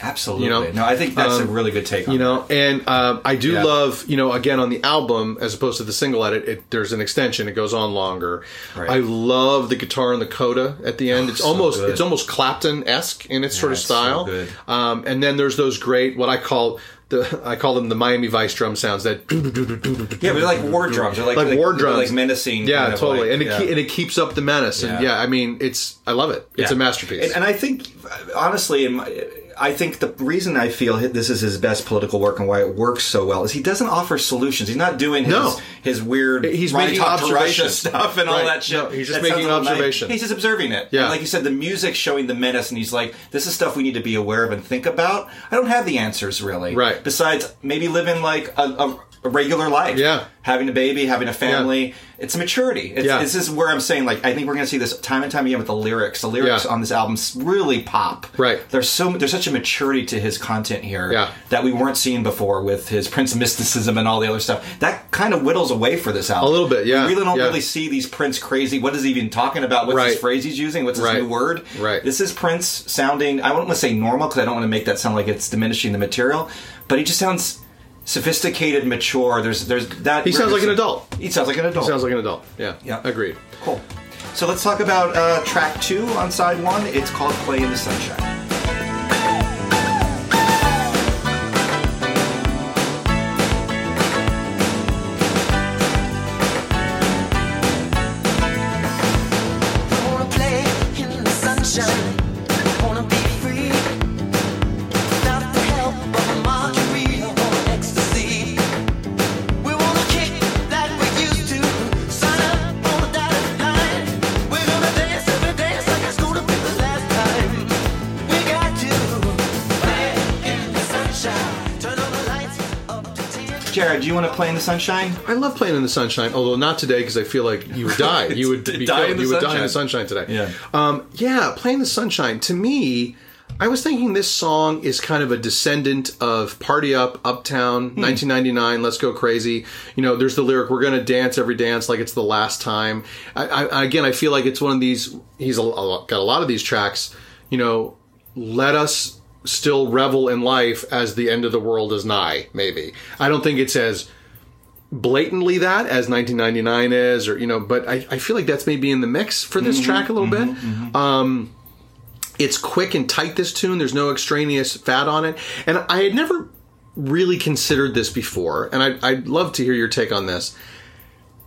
Absolutely.
You know?
no, I think that's a
Um,
really good take. On
You
it.
know, and um, I do
Yeah.
love, you know, again on the album as opposed to the single edit, it, there's an extension. It goes on longer.
Right. Oh,
I love the guitar and the coda at the end. it's almost
good.
it's almost Clapton esque in its sort of
it's so
style.
good.
um, and then there's those great what I call the I call them the Miami Vice drum sounds that
yeah, but they're like war drums. They're like,
like, war
they're
drums,
like menacing.
Yeah,
kind of
totally.
like-
and it
yeah.
ke- and it keeps up the menace. And
Yeah.
yeah, I mean, it's I love it. It's
Yeah.
a masterpiece.
And, and I think, honestly, in my- I think the reason I feel hi- this is his best political work and why it works so well is he doesn't offer solutions. He's not doing his,
No.
his weird
He's
Ryan
making
talked to Russia
observations.
stuff and all
Right.
that shit.
No, he's just
That sounds
making
a little naive.
observations.
He's just observing it.
Yeah.
And like you said, the music showing the menace, and he's like, "This is stuff we need to be aware of and think about." I don't have the answers really.
Right.
Besides, maybe living like a. a a regular life,
Yeah.
having a baby, having a family, it's maturity. It's,
Yeah.
this is where I'm saying, like, I think we're going to see this time and time again with the lyrics. The lyrics lyrics
Yeah.
on this album really pop.
Right.
There's so there's such a maturity to his content here
Yeah.
that we weren't seeing before with his Prince mysticism and all the other stuff. That kind of whittles away for this album
A little bit, yeah,
We really don't
yeah.
really see these Prince crazy. What is he even talking about? What's
Right.
his phrase he's using? What's his
Right.
new word?
Right.
This is Prince sounding. I don't want to say normal because I don't want to make that sound like it's diminishing the material, but he just sounds sophisticated, mature. There's there's that.
He sounds like an adult.
He sounds like an adult.
Sounds like an adult. Yeah.
Yeah.
Agreed.
Cool. So let's talk about uh, track two on side one. It's called Play in the Sunshine.
wanna play in the sunshine. Wanna be free. Without the help of a margarita or ecstasy. We wanna kick like we used to. Sign up on the dotted line. We're gonna dance every dance like it's gonna be the last time. We got to play in the sunshine. Turn on the lights up to ten.
Jared, do you want to play in the sunshine?
I love playing in the sunshine, although not today because I feel like you would die. You would be
Die in
killed.
the
You would die in the
sunshine.
sunshine today.
Yeah.
um, yeah. Playing the sunshine to me, I was thinking this song is kind of a descendant of "Party Up," "Uptown,"
Hmm.
"1999," "Let's Go Crazy." You know, there's the lyric "We're gonna dance every dance like it's the last time." I, I, again, I feel like it's one of these. He's a, a, lot- got a lot of these tracks. You know, let us still revel in life as the end of the world is nigh. Maybe I don't think it's as blatantly that as 1999 is, or you know, but I, I feel like that's maybe in the mix for this track a little bit. Um, it's quick and tight. This tune, there's no extraneous fat on it, and I had never really considered this before, and I, I'd love to hear your take on this.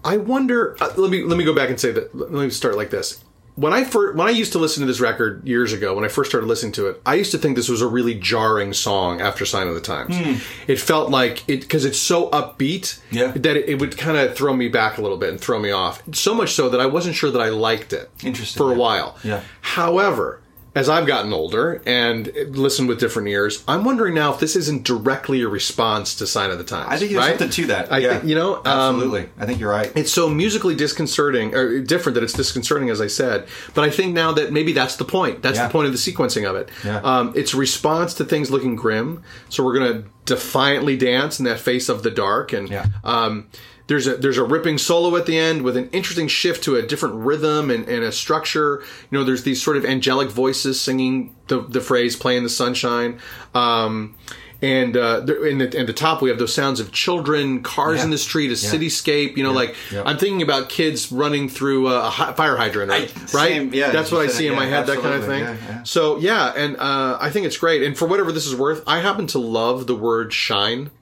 I wonder. Uh, let me let me go back and say that. Let me start like this. When I first, when I used to listen to this record years ago, when I first started listening to it, I used to think this was a really jarring song after "Sign of the Times." It felt like it because it's so upbeat
Yeah.
that it, it would kind of throw me back a little bit and throw me off. So much so that I wasn't sure that I liked it.
Interesting,
for a
yeah.
while.
Yeah.
However, as I've gotten older and listened with different ears, I'm wondering now if this isn't directly a response to "Sign of the Times."
I think there's
right?
something to that.
I
yeah.
think- you know, um,
absolutely. I think you're right.
it's so musically disconcerting or different that it's disconcerting as i said but i think now that maybe that's the point that's
Yeah.
the point of the sequencing of it
Yeah.
um, it's a response to things looking grim so we're going to defiantly dance in that face of the dark and
Yeah.
um, there's a there's a ripping solo at the end with an interesting shift to a different rhythm and, and a structure you know there's these sort of angelic voices singing the, the phrase play in the sunshine um, and uh, there- in the in the top we have those sounds of children cars
Yeah.
in the street a
Yeah.
cityscape you know like
Yeah.
I'm thinking about kids running through a hi- fire hydrant, right?
I-
right?
same, yeah,
That's what I
you said
see
it,
in my
yeah,
head, that kind of
absolutely,
thing.
yeah, yeah.
So yeah, and uh, I think it's great. And for whatever this is worth, I happen to love the word shine.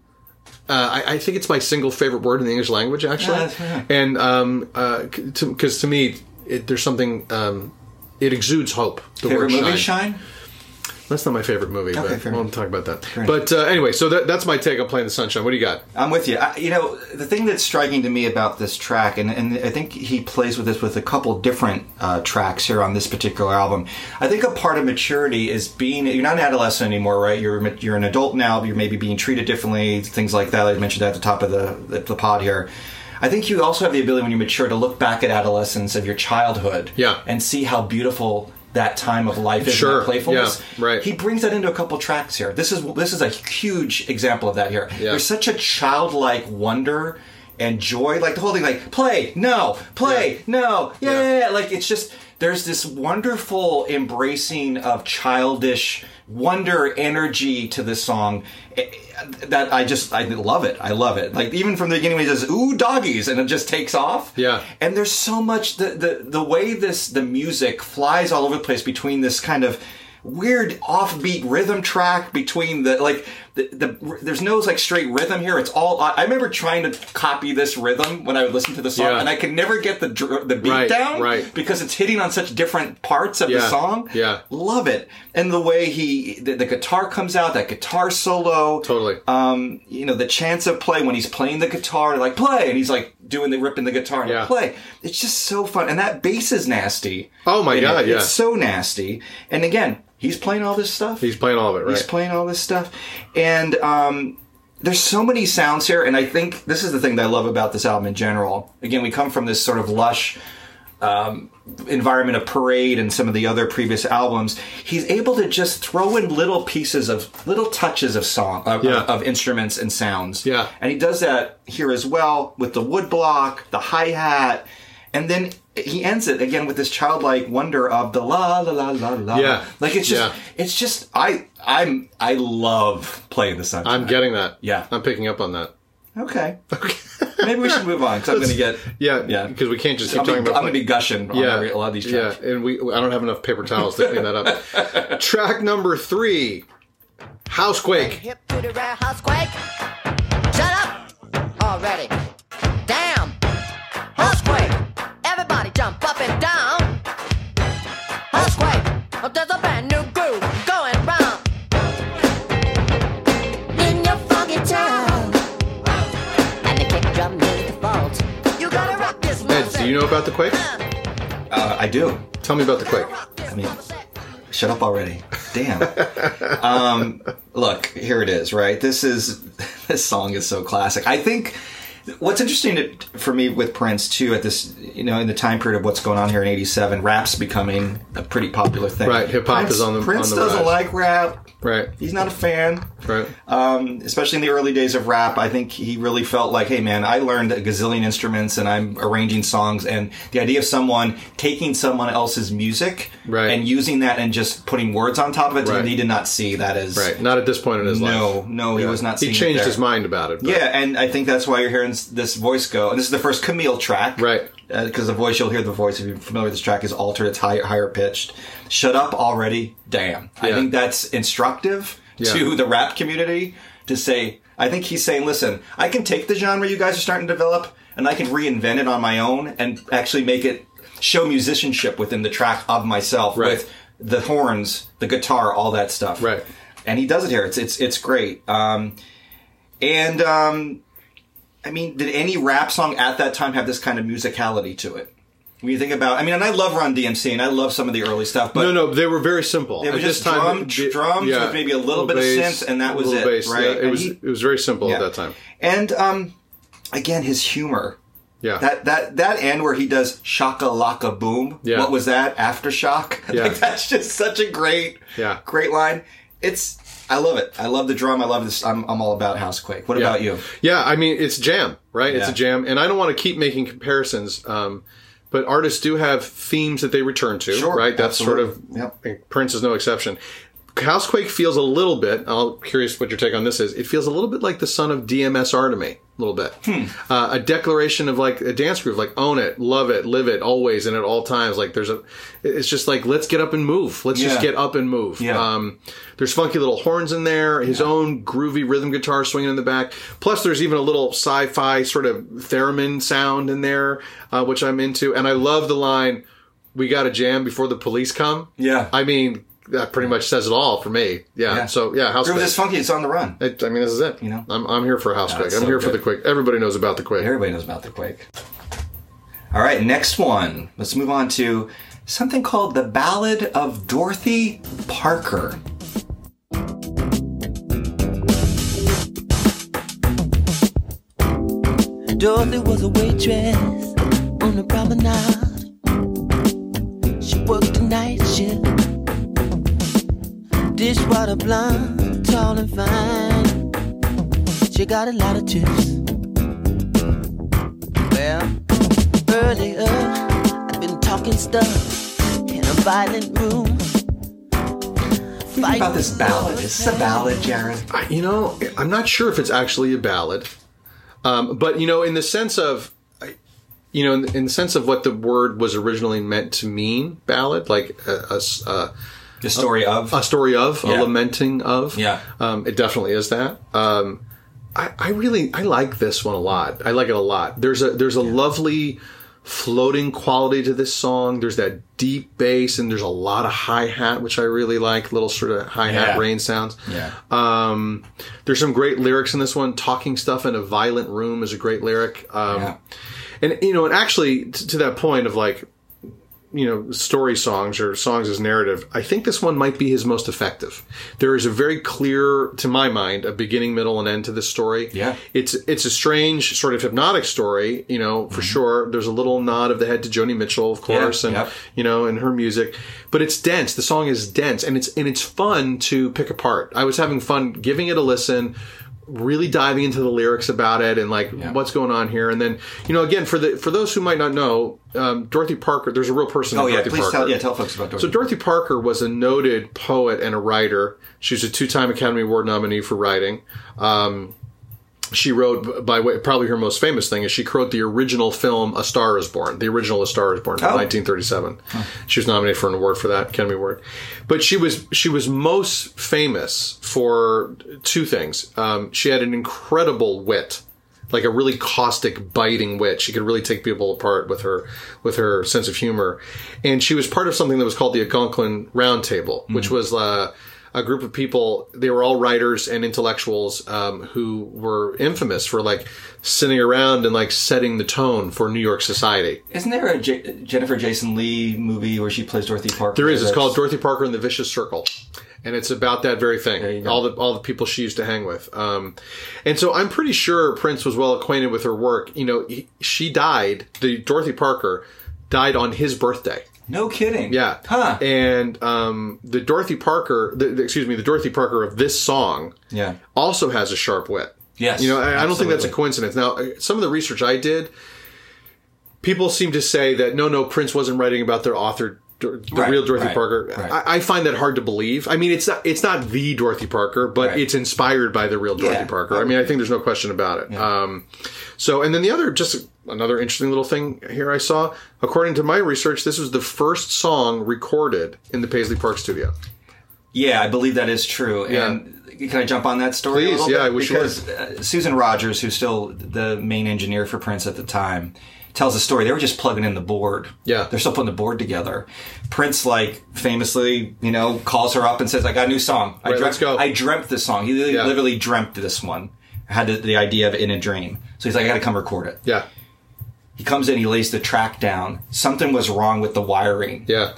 Uh, I, I think it's my single favorite word in the English language, actually.
Yeah, that's right.
And um, uh, c- to, 'cause to me, it, there's something. Um, it exudes hope. The
Favorite
word
movie,
shine.
Shine?
That's not my favorite movie,
Okay,
but
fair
we'll
enough.
talk about that.
enough.
but uh, anyway, so that, that's my take on playing the sunshine. What do you got?
I'm with you. I, you know, the thing that's striking to me about this track, and, and I think he plays with this with a couple different uh, tracks here on this particular album. I think a part of maturity is being you're not an adolescent anymore, right? You're ma- you're an adult now. You're maybe being treated differently, things like that. I mentioned that at the top of the the pod here. I think you also have the ability when you mature to look back at adolescence of your childhood,
Yeah.
and see how beautiful that time of life is. and
Sure,
that playfulness,
yeah, right.
He brings that into a couple tracks here. This is this is a huge example of that here.
Yeah.
There's such a childlike wonder and joy, like the whole thing, like play, no, play,
Yeah.
no,
Yeah.
yeah. Like it's just there's this wonderful embracing of childish wonder energy to this song eh, that I just I love it. I love it. Like even from the beginning when he says "ooh doggies" and it just takes off.
Yeah.
And there's so much the the the way this the music flies all over the place between this kind of weird offbeat rhythm track between the like the, the there's no like straight rhythm here it's all I remember trying to copy this rhythm when I would listen to the song
Yeah.
and I could never get the dr- the beat
Right,
down
right.
because it's hitting on such different parts of
Yeah,
the song
yeah.
love it and the way he the, the guitar comes out that guitar solo
Totally.
um, you know, the chance of play when he's playing the guitar, like play, and he's like doing the ripping the guitar and
Yeah.
play. It's just so fun, and that bass is nasty.
Oh my
in it.
God, yeah.
it's so nasty. And again, he's playing all this stuff.
He's playing all of it, right?
He's playing all this stuff, and um, there's so many sounds here. And I think this is the thing that I love about this album in general. Again, we come from this sort of lush um, environment of Parade and some of the other previous albums. He's able to just throw in little pieces of little touches of song of,
Yeah.
of, of instruments and sounds.
Yeah.
and he does that here as well with the wood block, the hi hat. And then he ends it again with this childlike wonder of the la la la la la.
Yeah.
like it's just
Yeah.
it's just I I'm I love playing the sunshine.
I'm getting that.
Yeah.
I'm picking up on that.
okay. Maybe we should move on because I'm going to get
Yeah,
yeah.
because we can't just keep
I'm,
talking
gonna-
about.
I'm going to be gushing on
yeah,
every- a lot of these tracks.
Yeah, and we I don't have enough paper towels to clean that up. Track number three, Housequake.
Hip to the rare house quake. Shut up already. Damn. Housequake. Everybody jump up and down. Housequake. Oh, there's a brand new groove going round. In your funky town. And the kick drum is the fault. You gotta rock this
Ed,
music.
do you know about the quake?
Uh, I do.
Tell me about the quake.
Rock this
I mean-
music.
Shut up already. Damn. um, look, here it is, right? This is this song is so classic. I think what's interesting to, for me with Prince too at this, you know, in the time period of what's going on here in 87, rap's becoming a pretty popular thing.
Right, hip-hop
Prince-
is on the-
Prince
on the
doesn't
rise.
like rap.
Right,
He's not a fan.
right.
Um, especially in the early days of rap, I think he really felt like, hey man, I learned a gazillion instruments and I'm arranging songs. And the idea of someone taking someone else's music
Right.
and using that and just putting words on top of it,
Right.
he did not see that as.
Right, not at this point in his
No,
life.
no, he was not
He
seeing it
changed
there.
his mind about it. but-
Yeah, and I think that's why you're hearing this, this voice go, and this is the first Camille track,
Right.
Because the voice you'll hear the voice if you're familiar with this track is altered, it's higher higher pitched. Shut up already, damn! I
Yeah.
think that's instructive
Yeah.
to the rap community to say. I think he's saying, listen, I can take the genre you guys are starting to develop, and I can reinvent it on my own and actually make it show musicianship within the track of myself
Right.
with the horns, the guitar, all that stuff.
Right.
And he does it here. It's it's it's great. Um, and um, I mean, did any rap song at that time have this kind of musicality to it? When you think about, I mean, and I love Run DMC, and I love some of the early stuff, but
no, no, they were very simple.
It was
At this
just
time,
drum-
the-
drums with maybe a little bit of synth, and that was
little
it, right?
Yeah, it
And
was
he-
it was very simple
Yeah.
at that time.
And um, again, his humor.
Yeah,
That that that end where he does shaka laka boom.
Yeah.
What was that? Aftershock.
Yeah.
Like that's just such a great
Yeah.
great line. It's I love it. I love the drum. I love this. I'm I'm all about Housequake. What about you?
Yeah, I mean it's jam, right? It's a
Yeah.
jam, and I don't want to keep making comparisons, um, but artists do have themes that they return to,
Sure,
right? That's
absolutely.
sort of Prince is no exception. Housequake feels a little bit. I'm curious what your take on this is. It feels a little bit like the son of DMSR to me, a little bit.
Hmm.
Uh, a declaration of like a dance groove, like own it, love it, live it, always and at all times. Like there's a, it's just like let's get up and move. Let's just
Yeah.
get up and move.
Yeah.
Um, there's funky little horns in there, his own groovy rhythm guitar swinging in the back. Plus, there's even a little sci fi sort of theremin sound in there, uh, which I'm into. And I love the line, We got to jam before the police come.
Yeah.
I mean, that pretty much says it all for me. Yeah.
Yeah.
So, yeah, house
Through
Quake.
this funky. It's on the run.
I, I mean, this is it.
know?
I'm, I'm here for house quake.
it's
I'm
so
here for
good.
the quake. Everybody knows about the quake.
Everybody knows about the quake. All right, next one. Let's move on to something called the Ballad of Dorothy Parker.
Dorothy was a waitress on the promenade. She worked the night shift. Dishwater blonde, tall and fine. She got a lot of tips. Well, earlier I've been talking stuff in a violent room.
Think about this ballad. Is this a ballad, Jared?
I- you know, I'm not sure if it's actually a ballad, um, but you know, in the sense of, I- you know, in, in the sense of what the word was originally meant to mean, ballad, like a, a s- a-
The story of.
a story of, a
Yeah.
lamenting of.
Yeah.
um, it definitely is that. Um, I, I really I like this one a lot. I like it a lot. There's a there's a lovely floating quality to this song. There's that deep bass and there's a lot of hi hat, which I really like. Little sort of hi hat
Yeah.
rain sounds.
Yeah.
Um, there's some great lyrics in this one. Talking stuff in a violent room is a great lyric. Um,
Yeah.
And you know, and actually t- to that point of like, you know, story songs or songs as narrative, I think this one might be his most effective. There is a very clear, to my mind, a beginning, middle, and end to this story.
Yeah.
It's it's a strange sort of hypnotic story, you know,
Mm-hmm.
for sure. There's a little nod of the head to Joni Mitchell, of course, and
yep.
you know, and her music. But it's dense. The song is dense, and it's and it's fun to pick apart. I was having fun giving it a listen, really diving into the lyrics about it, and like what's going on here. And then you know, again for the for those who might not know, um, Dorothy Parker. There's a real person.
oh
named
yeah,
Dorothy
please
Parker.
tell yeah tell folks about Dorothy.
So Dorothy Parker was a noted poet and a writer. She was a two-time Academy Award nominee for writing. Um, she wrote, by way, probably her most famous thing is she wrote the original film *A Star Is Born*, the original *A Star Is Born* from
Oh.
1937. She was nominated for an award for that Academy Award. But she was she was most famous for two things. Um, she had an incredible wit like a really caustic, biting wit. She could really take people apart with her with her sense of humor, and she was part of something that was called the Algonquin Round Table, which was uh, a group of people. They were all writers and intellectuals um, who were infamous for like sitting around and like setting the tone for New York society.
Isn't there a J- Jennifer Jason Lee movie where she plays Dorothy Parker?
There is. It's
That's-
called Dorothy Parker and the Vicious Circle, and it's about that very thing.
go.
All the all the people she used to hang with. Um, and so I'm pretty sure Prince was well acquainted with her work. You know, he, she died. The Dorothy Parker died on his birthday.
No kidding.
Yeah.
Huh.
And um, the Dorothy Parker, the, the- excuse me, the Dorothy Parker of this song,
Yeah.
also has a sharp wit.
Yes,
You know, I, I don't think that's a
absolutely.
coincidence. Now, uh, some of the research I did, people seem to say that no, no, Prince wasn't writing about their author Dor- the
Right,
real Dorothy
right,
Parker.
right.
I, I find that hard to believe. I mean, it's not it's not the Dorothy Parker, but
Right.
it's inspired by the real Dorothy
Yeah.
Parker. I mean, I think there's no question about it. Um, so, and then the other, just another interesting little thing here I saw. According to my research, this was the first song recorded in the Paisley Park studio.
Yeah, I believe that is true.
Yeah.
And can I jump on that story?
Please,
a little
yeah,
bit?
I wish you
because uh, Susan Rogers, who's still the main engineer for Prince at the time, tells a story. They were just plugging in the board.
Yeah.
they're still putting the board together. Prince, like famously, you know, calls her up and says, "I got a new song. I
Right,
dreamt,
let's go."
I dreamt this song. He literally,
Yeah.
literally dreamt this one. Had the, the idea of it in a dream. So he's like, I got to come record it.
Yeah,
He comes in, he lays the track down. Something was wrong with the wiring
yeah,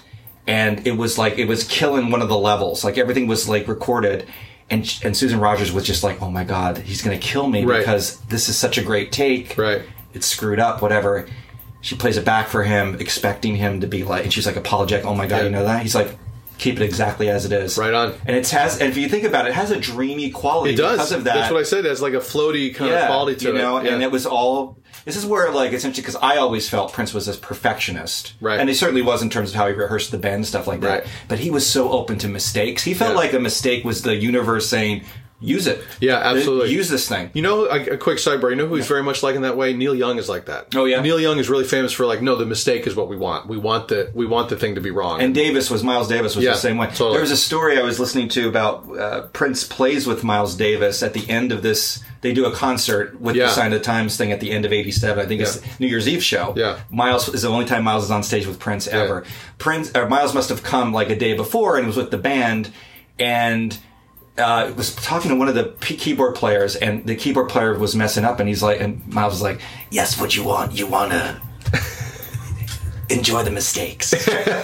and it was like it was killing one of the levels. Like everything was like recorded, and and Susan Rogers was just like, "Oh my god, he's gonna kill me
Right.
because this is such a great take.
Right.
It's screwed up, whatever." She plays it back for him, expecting him to be like, and she's like apologetic. Oh my god,
Yeah.
you know that? He's like, keep it exactly as it is.
Right on.
And it has, and if you think about it, it has a dreamy quality
it does.
because of that
That's what I said. It has like a floaty kind of quality to
you know,
it. Yeah.
and it was all. This is where, like, essentially, because I always felt Prince was this perfectionist,
Right.
And he certainly was in terms of how he rehearsed the band and stuff like that.
Right.
But he was so open to mistakes. He felt
Yeah.
like a mistake was the universe saying, "Use it,
Yeah, absolutely.
use this thing."
You know, a, a quick sidebar. You know who he's very much like in that way? Neil Young is like that.
Oh, yeah?
Neil Young is really famous for like, no, the mistake is what we want. We want the we want the thing to be wrong.
And Davis was Miles Davis was
Yeah,
the same way.
totally.
There was a story I was listening to about uh, Prince plays with Miles Davis at the end of this. They do a concert with
Yeah.
the Sign of the Times thing at the end of '87. I think
Yeah.
it's New Year's Eve show.
Yeah.
Miles is the only time Miles is on stage with Prince ever. Prince or Miles must have come like a day before and was with the band and. Uh, was talking to one of the p- keyboard players, and the keyboard player was messing up, and he's like, and Miles was like, "Yes, what you want? You wanna enjoy the mistakes.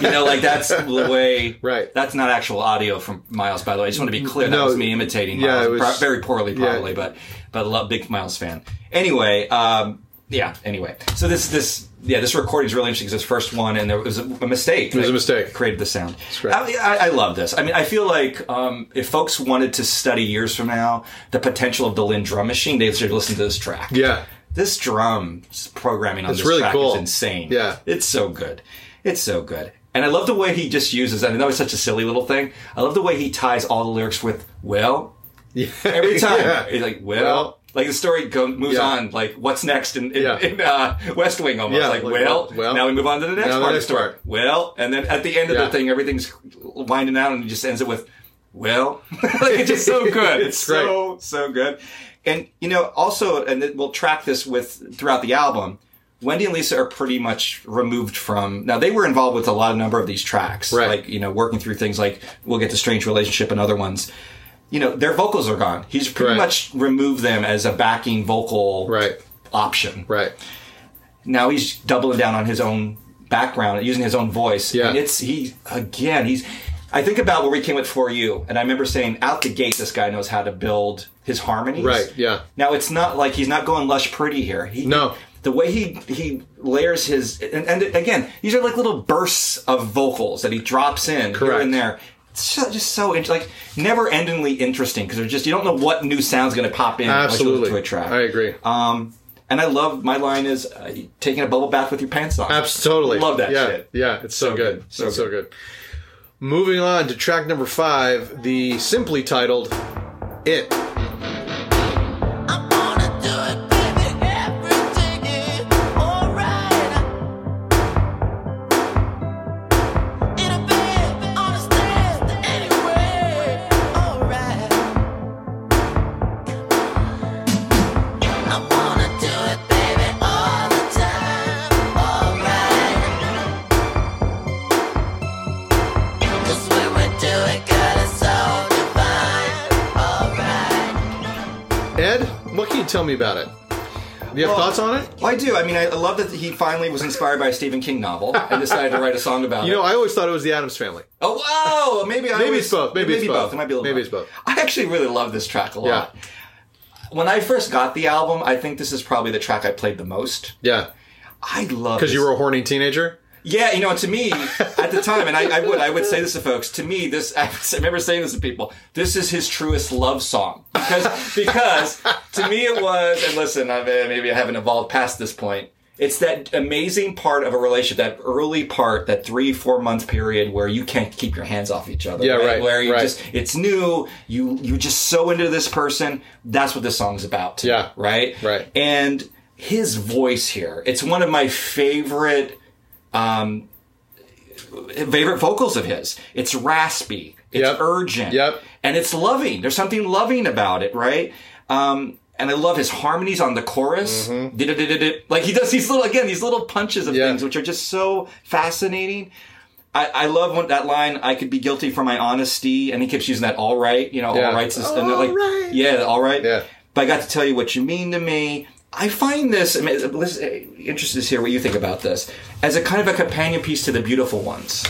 you know, like that's the way.
Right.
That's not actual audio from Miles, by the way. I just want to be clear.
No.
that was me imitating
Yeah,
Miles.
it was-
Pro- very poorly,
yeah.
probably, but but love, big Miles fan. Anyway, um, yeah. Anyway, so this this yeah this recording is really interesting. 'cause It's first one, and there it was a, a mistake. It
was a mistake.
Created the sound.
great.
I, I, I love this. I mean, I feel like um, if folks wanted to study years from now the potential of the Lynn drum machine, they should listen to this track.
yeah,
This drum programming on
It's
this
really
track
cool.
is insane.
Yeah.
It's so good. It's so good. And I love the way he just uses I mean, that was such a silly little thing. I love the way he ties all the lyrics with, well, every time.
Yeah.
He's like, well,
Well.
like the story go, moves
Yeah.
on, like what's next in, in,
Yeah.
in uh, West Wing almost.
Yeah,
Like,
like,
well,
well,
now we move on to the next
now the
part
next
of the story.
part.
Well, and then at the end of
Yeah.
the thing, everything's winding out and he just ends it with, well, like it's just so good. It's,
great.
so so good. And you know, also, and it- we'll track this with throughout the album. Wendy and Lisa are pretty much removed from. Now they were involved with a lot of number of these tracks,
Right.
like you know, working through things like we'll get to Strange Relationship and other ones. You know, their vocals are gone. He's pretty
Right.
much removed them as a backing vocal
Right.
option.
right.
Now he's doubling down on his own background, using his own voice.
Yeah.
and it's he again. He's. I think about where we came with for you, and I remember saying out the gate, this guy knows how to build his harmonies.
Right, yeah.
Now it's not like he's not going lush pretty here. He,
No.
The way he he layers his and, and again, these are like little bursts of vocals that he drops in here
Correct.
and there. It's so, just so int- like never-endingly interesting because they're just you don't know what new sound's going to pop in once you listen
Absolutely,
to a track.
I agree.
Um, and I love my line is uh, taking a bubble bath with your pants on.
Absolutely,
love that
yeah,
shit.
Yeah, it's so,
So
good.
good, so
it's so good. Moving on to track number five, the simply titled "It."
I wanna do it, baby. Everything is alright. In a bed, on a stairs, anywhere, alright. I wanna do it, baby, all the time, alright. 'Cause we would do it, girl, it's so divine, alright.
Ed, what can you tell me about it? Do you have
Well-
thoughts on it?
Well, I do. I mean, I I love that he finally was inspired by a Stephen King novel and decided to write a song about
You
it.
know, I always thought it was the Adams Family.
Oh, wow! Maybe I
Maybe
was-
it's both. Maybe it's both.
It might be a little
Maybe it's both.
I actually really love this track a lot. When I first got the album, I think this is probably the track I played the most.
Yeah,
I love
because you
this-
were a horny teenager.
yeah. You know, to me at the time, and I, I would I would say this to folks. To me, this I remember saying this to people. This is his truest love song because because to me it was. And listen, I mean, maybe I haven't evolved past this point. It's that amazing part of a relationship, that early part, that three, four month period where you can't keep your hands off each other.
Yeah, right,
Where you
right.
just it's new, you you're just so into this person. That's what this song's about. to me,
Yeah.
Right?
Right.
And his voice here, it's one of my favorite favorite vocals of his. It's raspy. It's
Yep.
urgent.
Yep.
And it's loving. There's something loving about it, right? Um, and I love his harmonies on the chorus. Di-di-di-di-di. Like he does these little again these little punches of
Mm-hmm. Yeah.
things, which are just so fascinating. I, I love when that line. I could be guilty for my honesty, and he keeps using that. All right, you know,
Yeah.
all right's this, and they're like,
All right.
yeah, all right.
Yeah.
But I got to tell you what you mean to me. I find this I mean, listen, interested to hear what you think about this as a kind of a companion piece to the beautiful ones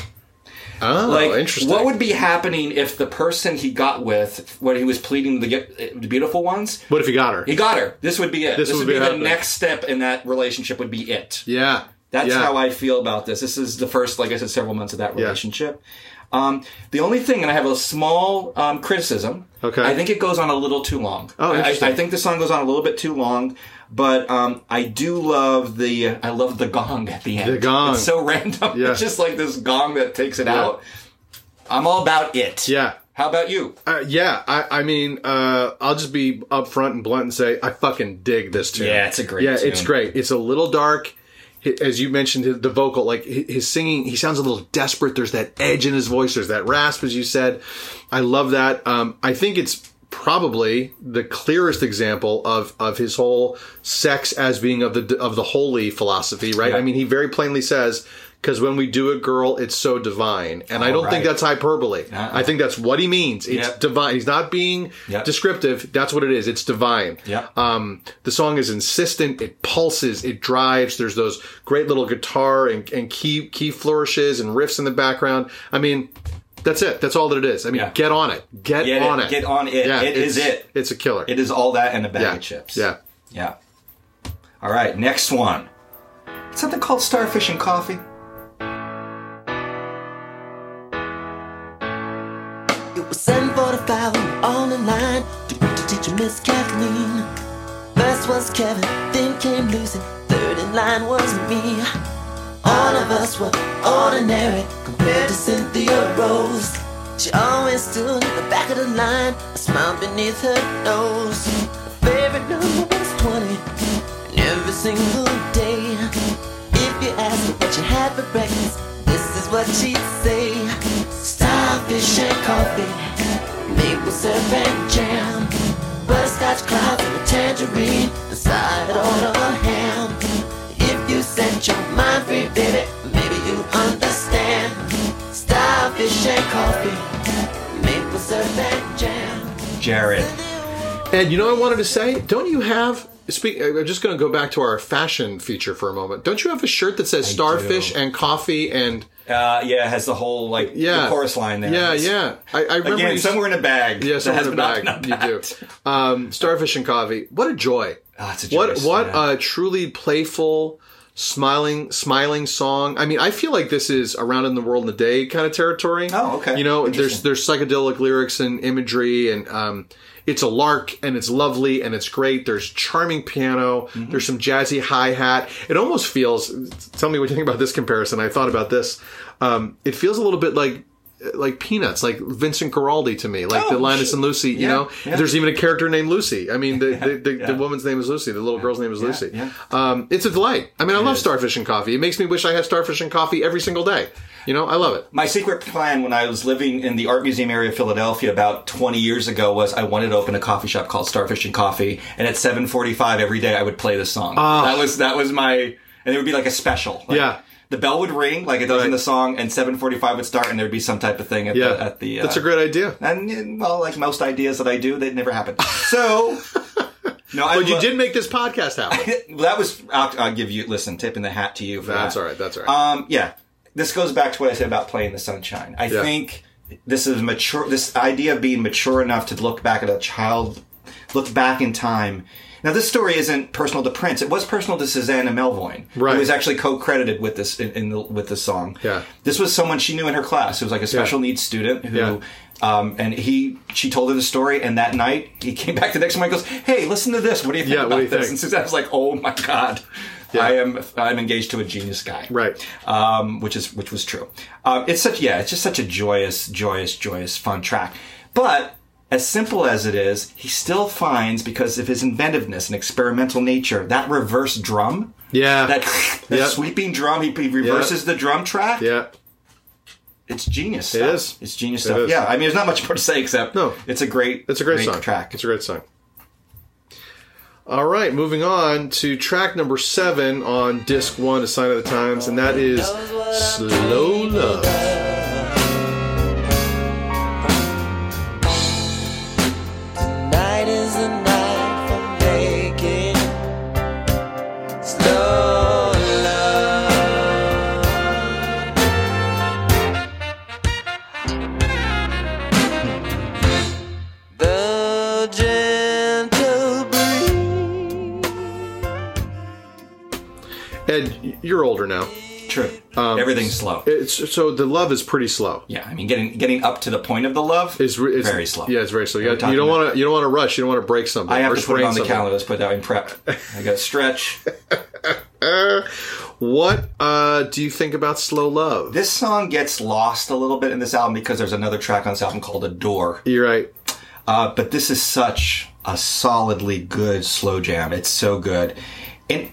Oh,
like
interesting.
what would be happening if the person he got with when he was pleading the, ge- the beautiful ones
What if you got her?
he got her this would be it
This
this,
would
would
be
be, the
happening.
next step in that relationship would be it
yeah.
that's
yeah.
how i feel about this this is the first like i said several months of that relationship um, the only thing and i have a small um, criticism
Okay.
i think it goes on a little too long
Oh,
I,
interesting.
I think the song goes on a little bit too long but um, I do love the I love the gong at the end.
The gong.
It's so random.
Yeah.
It's just like this gong that takes it out. I'm all about it.
Yeah.
How about you?
Uh, yeah, I, I mean, uh, I'll just be upfront and blunt and say I fucking dig this tune.
Yeah, it's a great
Yeah,
tune.
it's great. It's a little dark, Hi- as you mentioned. hi- The vocal, like hi- his singing, he sounds a little desperate. There's that edge in his voice. There's that rasp, as you said. I love that. Um, I think it's probably the clearest example of of his whole sex as being of the of the holy philosophy. Right.
Yeah.
I mean, he very plainly says. Because when we do it, girl, it's so divine, and I don't think
right.
that's hyperbole.
Uh-uh.
I think that's what he means. It's
Yep.
divine. He's not being
Yep.
descriptive. That's what it is. It's divine.
Yeah.
Um, the song is insistent. It pulses. It drives. There's those great little guitar and, and key key flourishes and riffs in the background. I mean, that's it. That's all that it is. I mean,
Yeah.
get on it. Get,
Get it.
on it.
Get on it. It is
it's-
it.
It's a killer.
It is all that and a bag
yeah.
of chips.
Yeah.
Yeah. All right, next one. Something called Starfish and Coffee.
It was 745 on the line to reach the teacher, Miss Kathleen. First was Kevin, then came Lucy, third in line was me. All of us were ordinary compared to Cynthia Rose. She always stood at the back of the line, a smile beneath her nose. Her favorite number was 20, and every single day. If you asked her what she had for breakfast, this is what she'd say. Starfish and coffee, maple syrup and jam, butterscotch clouds and a tangerine, a side order of ham. If you set your mind free, baby, maybe you understand. Starfish and coffee, maple syrup and jam.
Jared.
And you know, what I wanted to say, don't you have? Speak. I'm just going to go back to our fashion feature for a moment. Don't you have a shirt that says starfish and coffee and
Uh, yeah, has the whole like
yeah
the chorus line there.
Yeah,
It's-
yeah. I, I remember
Again,
you-
somewhere in a bag.
Yeah,
that
somewhere
has
in a
not
bag.
been
you
unpacked.
do. Um, starfish and coffee. What a joy!
Ah, it's a
what
joyous,
what
yeah.
a truly playful, smiling smiling song. I mean, I feel like this is around in the world in a day kind of territory.
Oh, okay.
You know, there's
Interesting.
there's psychedelic lyrics and imagery, and um, it's a lark, and it's lovely, and it's great. There's charming piano.
Mm-hmm.
There's some jazzy hi hat. It almost feels. Tell me what you think about this comparison. I thought about this. Um, it feels a little bit like. Like peanuts, like Vincent Guaraldi to me, like
Oh,
the Linus
sure.
and Lucy. You
Yeah,
know,
yeah.
there's even a character named Lucy. I mean, the the, the, the
yeah.
woman's name is Lucy. The little girl's name is Lucy.
yeah.
Um, it's a delight. I mean, I love
is.
starfish and coffee. It makes me wish I had starfish and coffee every single day. You know, I love it.
My secret plan when I was living in the art museum area of Philadelphia about 20 years ago was I wanted to open a coffee shop called Starfish and Coffee, and at 7:45 every day I would play this song. that was that was my, and it would be like a special. Like,
Ah. Yeah.
the bell would ring like it does
Right.
in the song, and 7:45 would start, and there'd be some type of thing at
Yeah,
the at the. Uh,
that's a great idea.
And and, well, like most ideas that I do, they never happen. So, no, I
But you
lo-
did make this podcast happen.
That was I'll, I'll give you listen tip in the hat to you for
That's
that.
all right. That's all right.
Um, yeah, this goes back to what I said about playing the sunshine. I
Yeah.
think this is mature. This idea of being mature enough to look back at a child, look back in time. Now, this story isn't personal to Prince. It was personal to Susanna Melvoin,
Right.
who was actually co-credited with this in, in the, with this song.
Yeah.
this was someone she knew in her class. who was like a special needs student who.
Yeah.
Um, and he, she told her the story, and that night he came back the next morning. and Goes, hey, listen to this. What do you think
Yeah, what
about
do you
this?
think?
And Suzanne was like, oh my god, I am I'm engaged to a genius guy,
Right.
Um, which is which was true. Um, it's such yeah, it's just such a joyous, joyous, joyous, fun track. But as simple as it is, he still finds because of his inventiveness and experimental nature that reverse drum.
Yeah.
That, that
Yep.
sweeping drum, he, he reverses the drum track.
Yeah.
It's genius. It
is.
It's genius
It
stuff.
is.
Yeah. I mean, there's not much more to say except
No.
it's a great.
It's a great, song.
track.
It's a great song. All right, moving on to track number seven on disc one, A Sign of the Times, and that is Slow Love.
Night is a night for making slow love. The gentle breeze.
Ed, you're older now.
True.
um,
Everything's slow.
It's, so the love is pretty slow.
yeah. I mean, getting getting up to the point of the love
It's, re- it's
very slow.
Yeah, it's very slow. You,
We're
got- you don't
talking
want to. You don't want to rush. You don't want to break something.
I have
or
to put it
sprain
on the
something.
calendar. Let's put that in prep. I got stretch.
What uh, do you think about slow love?
this song gets lost a little bit in this album because there's another track on this album called "Adore."
You're right.
Uh, but this is such a solidly good slow jam. It's so good, and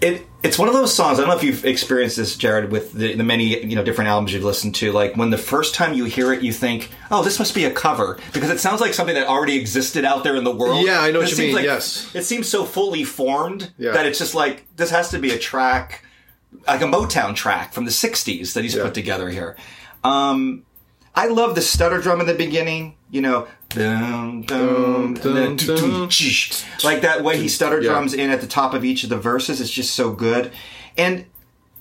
it it's one of those songs. I don't know if you've experienced this, Jared, with the, the many you know different albums you've listened to. Like when the first time you hear it, you think, "Oh, this must be a cover," because it sounds like something that already existed out there in the world.
Yeah, I know what
This
you
seems
mean,
like-
yes.
it seems so fully formed
Yeah.
that it's just like this has to be a track, like a Motown track from the '60s that he's put together here. Um, I love the stutter drum in the beginning. You know, dum, dum, and then doo, doo, chish. like that way he stutter
Yeah.
drums in at the top of each of the verses. It's just so good. And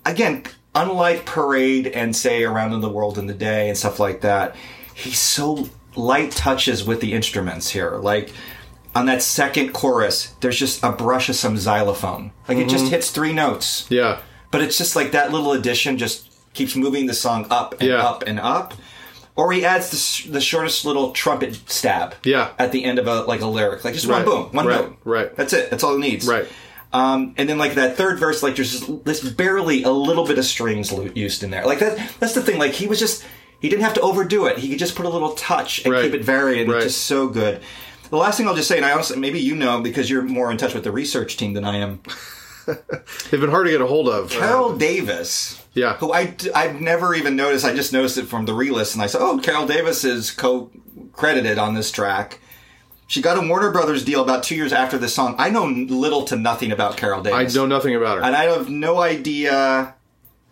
again, unlike Parade and say Around in the World in the Day and stuff like that, he's so light touches with the instruments here. Like on that second chorus, there's just a brush of some xylophone. Like it just hits three notes.
Yeah.
But it's just like that little addition just keeps moving the song up and
Yeah.
up and up. Or he adds the, sh- the shortest little trumpet stab.
Yeah.
At the end of a like a lyric, like just
Right.
one boom, one
Right.
note.
Right.
That's it. That's all it needs.
Right.
Um, and then like that third verse, like there's just this barely a little bit of strings lo- used in there. Like that. That's the thing. Like he was just he didn't have to overdo it. He could just put a little touch and
Right.
keep it varied.
Right.
It's just so good. The last thing I'll just say, and I honestly maybe you know because you're more in touch with the research team than I am.
They've been hard to get a hold of.
Carol Davis.
Yeah.
Who I, I've never even noticed. I just noticed it from the relist and I said, oh, Carol Davis is co credited on this track. She got a Warner Brothers deal about two years after this song. I know little to nothing about Carol
I
Davis.
know nothing about her.
And I have no idea.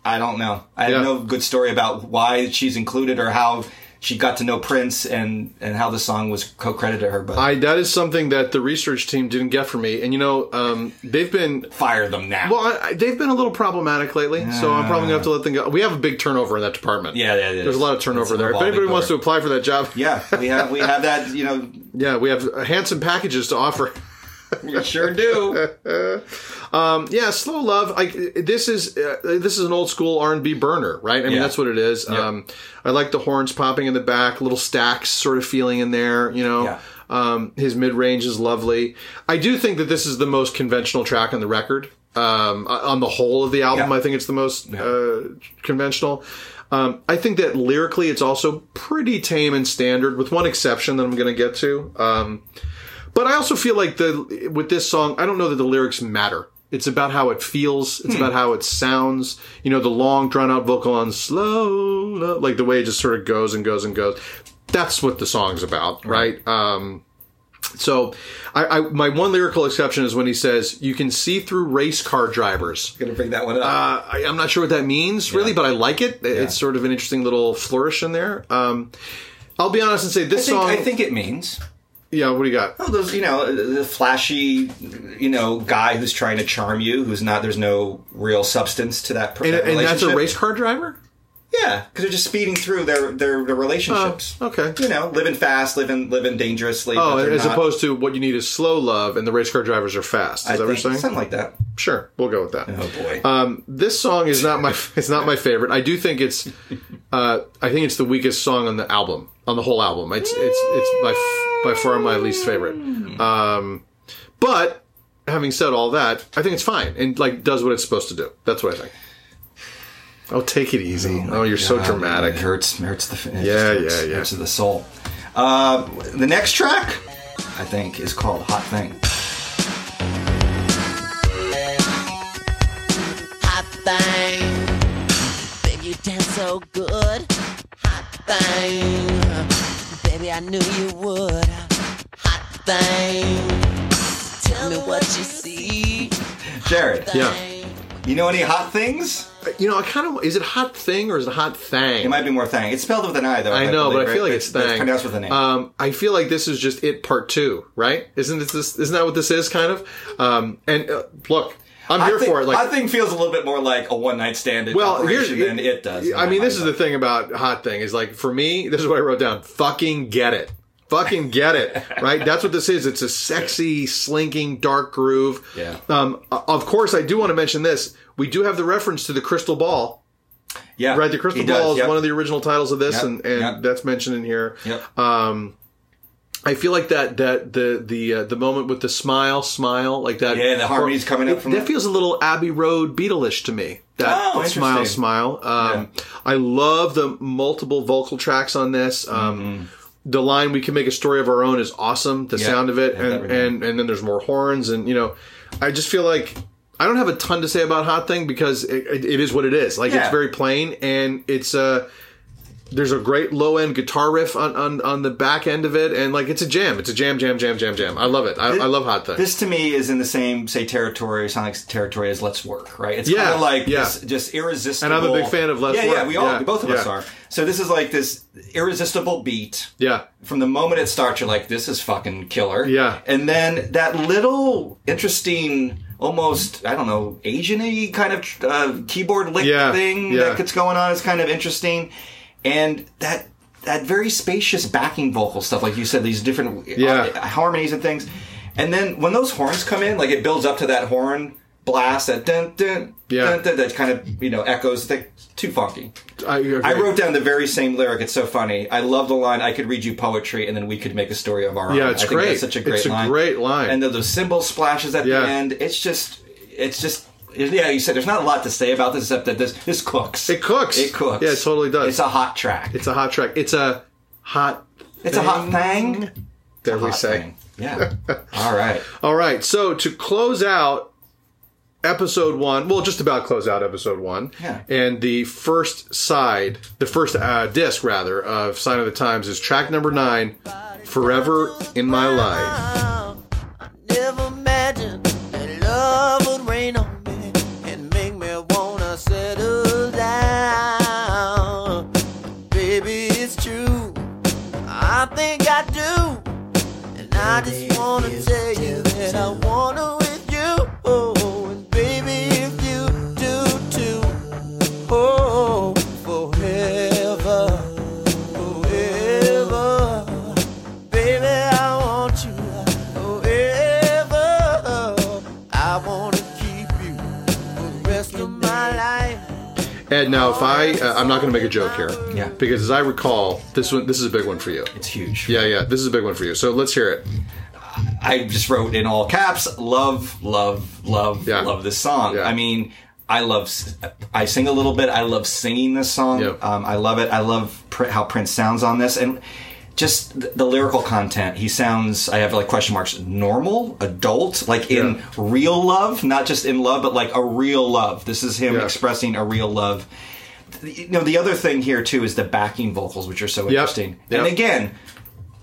I don't know. I
Yeah.
have no good story about why she's included or how she got to know Prince and, and how the song was co credited to her. But
I that is something that the research team didn't get for me, and you know um, they've been
fire them now.
well, I, I- they've been a little problematic lately, so I'm probably gonna have to let them go. We have a big turnover in that department.
Yeah, yeah, yeah.
There's a lot of
It's
turnover
an
there. If
evolving
anybody wants to
door.
apply for that job,
yeah, we have we have that. You know,
yeah, we have uh, handsome packages to offer.
we sure do.
Um, Yeah, slow love. I, this is uh, this is an old school R and B burner, right? I mean,
Yeah.
that's what it is. Um, I like the horns popping in the back, little stacks sort of feeling in there. You know,
Yeah.
um, his mid range is lovely. I do think that this is the most conventional track on the record. Um, uh, on the whole of the album,
Yeah.
I think it's the most uh, conventional. Um, I think that lyrically, it's also pretty tame and standard, with one exception that I'm going to get to. Um, but I also feel like the with this song, I don't know that the lyrics matter. It's about how it feels. It's
Hmm.
about how it sounds. You know, the long drawn out vocal on slow, lo- like the way it just sort of goes and goes and goes. That's what the song's about, right? Um, so, I, I my one lyrical exception is when he says, "You can see through race car drivers."
Gonna bring that one up.
Uh, I, I'm not sure what that means really, but I like it. It- It's sort of an interesting little flourish in there. Um, I'll be honest and say
I
this
think,
song.
I think it means
yeah, what do you got?
oh, those you know the flashy you know guy who's trying to charm you who's not there's no real substance to that, per-
And,
that
and that's a
relationship.
race car driver.
yeah because they're just speeding through their their, their relationships
Oh, okay.
you know living fast living living dangerously
Oh,
but they're
as
not-
opposed to what you need is slow love, and the race car drivers are fast. Is
I
that what
think,
you're saying?
something like that
Sure, we'll go with that.
oh boy
Um, this song is not my it's not my favorite. I do think it's uh, I think it's the weakest song on the album on the whole album. It's it's it's by f- by far my least favorite. Um, but having said all that, I think it's fine and like does what it's supposed to do. That's what I think. Oh, take it easy. Oh, you're so
God,
dramatic.
It hurts. It hurts the.
Yeah,
It just hurts,
yeah, yeah.
Hurts the soul. Uh, the next track, I think, is called "Hot Thing."
Hot thing. Baby, you dance so good. Hot thing. Baby, I knew you would. Hot thing. Tell me what you see.
Jared,
Yeah.
you know any hot things?
You know, I kind of is it hot thing or is it hot thang?
It might be more thang. It's spelled with an I, though.
I know, but I
believe,
feel
right?
like it's
That's
thang.
pronounced with an A.
Um, I feel like this is just it part two, right? Isn't this, this isn't that what this is kind of? Um, and uh, look, I'm
I
here
think-
for it. Like
I think feels a little bit more like a one night stand
well, here's,
operation than it does.
I mean, this is the
thing.
thing about hot thing is like for me, this is what I wrote down: fucking get it, fucking get it, right? That's what this is. It's a sexy, slinking, dark groove.
Yeah.
Um, o- of course, I do want to mention this. We do have the reference to the crystal ball
Yeah,
Right, the Crystal
he does,
Ball is
yep.
one of the original titles of this,
Yep,
and, and
yep.
that's mentioned in here.
Yep.
Um, I feel like that that the the uh, the moment with the smile, smile like that.
Yeah, the harmonies coming up
It-
from
that
it.
feels a little Abbey Road Beatleish to me. That
Oh, interesting.
smile, smile. Um, I love the multiple vocal tracks on this. Um, The line "We can make a story of our own" is awesome. The
Mm-hmm. Yeah,
sound of it,
I have that
and,
written
and and then there's more horns, and you know, I just feel like. I don't have a ton to say about Hot Thing because it, it, it is what it is. Like
Yeah.
it's very plain, and it's uh, there's a great low end guitar riff on, on, on the back end of it, and like it's a jam. It's a jam, jam, jam, jam, jam. I love it. I, I love Hot Thing.
This to me is in the same say territory, Sonic's territory as Let's Work, right? It's
Yeah,
kind of like
yeah.
this just irresistible.
And I'm a big fan of Let's
yeah, Yeah,
Work,
we all,
yeah,
both of us
yeah.
are. So this is like this irresistible beat.
yeah,
From the moment it starts, you're like, "This is fucking killer."
Yeah.
And then that little interesting, almost I don't know, Asian-y kind of uh, keyboard lick
Yeah,
thing
yeah.
that gets going on is kind of interesting, and that. That very spacious backing vocal stuff, like you said, these different uh,
Yeah.
harmonies and things. And then when those horns come in, like it builds up to that horn blast that dun dun
Yeah.
dun, dun that kind of you know echoes. Like, too funky.
I, agree.
I wrote down the very same lyric. It's so funny. I love the line. I could read you poetry, and then we could make a story of our own.
Yeah, it's
I think
great.
That's such a great
It's a
line.
great line.
And the, the cymbal splashes at
Yeah.
the end. It's just, it's just. Yeah, you said there's not a lot to say about this except that this this cooks.
It cooks.
It cooks.
Yeah, it totally does.
It's a hot track.
It's a hot track. It's a hot.
It's a hot thing.
There we
Hot
say.
thing. Yeah. All right.
All right. So to close out episode one, well, just about close out episode one,
Yeah.
and the first side, the first uh, disc rather of Sign of the Times is track number nine, "Forever in My Life."
Never imagined that love would rain on me and make me wanna settle down. Baby, it's true. I think I do. And I just wanna tell you that I wanna with you. Oh, and baby, if you do too. Oh, forever, forever. Baby, I want you forever. I want to keep you the rest of my life.
Ed, now if I, uh, I'm not going to make a joke here,
Yeah.
because as I recall, this one, this is a big one for you.
It's huge.
Yeah, yeah, this is a big one for you. So let's hear it.
I just wrote in all caps, love, love, love,
Yeah.
love this song.
Yeah.
I mean, I love, s- I sing a little bit. I love singing this song.
Yep.
Um, I love it. I love pr- how Prince sounds on this and just the, the lyrical content. He sounds, I have like question marks, normal, adult, like in
Yeah.
real love, not just in love, but like a real love. This is him
Yeah.
expressing a real love. Th- You know, the other thing here too is the backing vocals, which are so interesting.
Yep.
And again,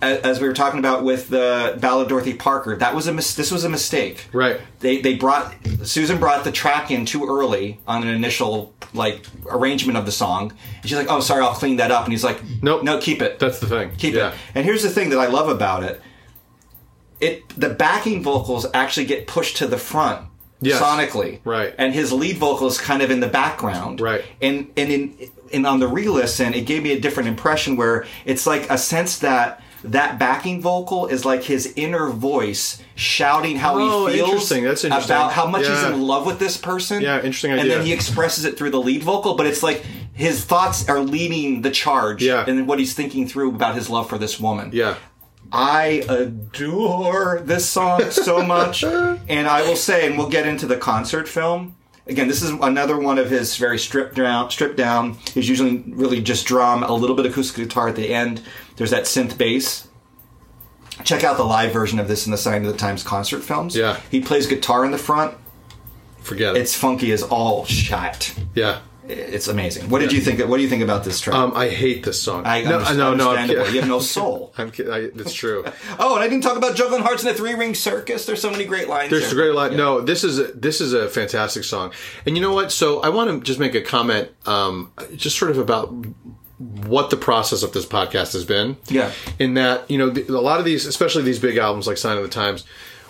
a- as we were talking about with the Ballad of Dorothy Parker, that was a mis- this was a mistake.
Right.
They they brought Susan brought the track in too early on an initial like arrangement of the song. And she's like, "Oh, sorry, I'll clean that up." And he's like,
Nope.
no, keep it.
That's the thing.
keep
yeah.
it." And here's the thing that I love about it. It the backing vocals actually get pushed to the front.
Yes.
Sonically,
Right.
and his lead vocal is kind of in the background,
Right.
And and in and on the re-listen, it gave me a different impression where it's like a sense that that backing vocal is like his inner voice shouting how
Oh,
he feels
interesting. That's interesting.
about how much
Yeah.
he's in love with this person.
Yeah, interesting
And
idea.
then he expresses it through the lead vocal, but it's like his thoughts are leading the charge
Yeah.
and what he's thinking through about his love for this woman.
Yeah.
I adore this song so much. and I will say, and we'll get into the concert film. Again, this is another one of his very stripped down. Stripped down. He's usually really just drum, a little bit of acoustic guitar at the end. There's that synth bass. Check out the live version of this in the Sign of the Times concert films.
Yeah.
he plays guitar in the front.
Forget it.
It's funky as all shit.
yeah.
It's amazing. What did you think? What do you think about this track?
Um, I hate this song.
I
no,
understand,
no, no, I'm
understandable.
kidding.
You have no soul.
I'm kidding. I, it's true.
Oh, and I didn't talk about juggling hearts in the three ring circus. There's so many great lines.
There's a
there.
great line. No, this is a, this is a fantastic song. And you know what? So I want to just make a comment, um, just sort of about what the process of this podcast has been.
Yeah.
In that, you know, the, a lot of these, especially these big albums like Sign of the Times,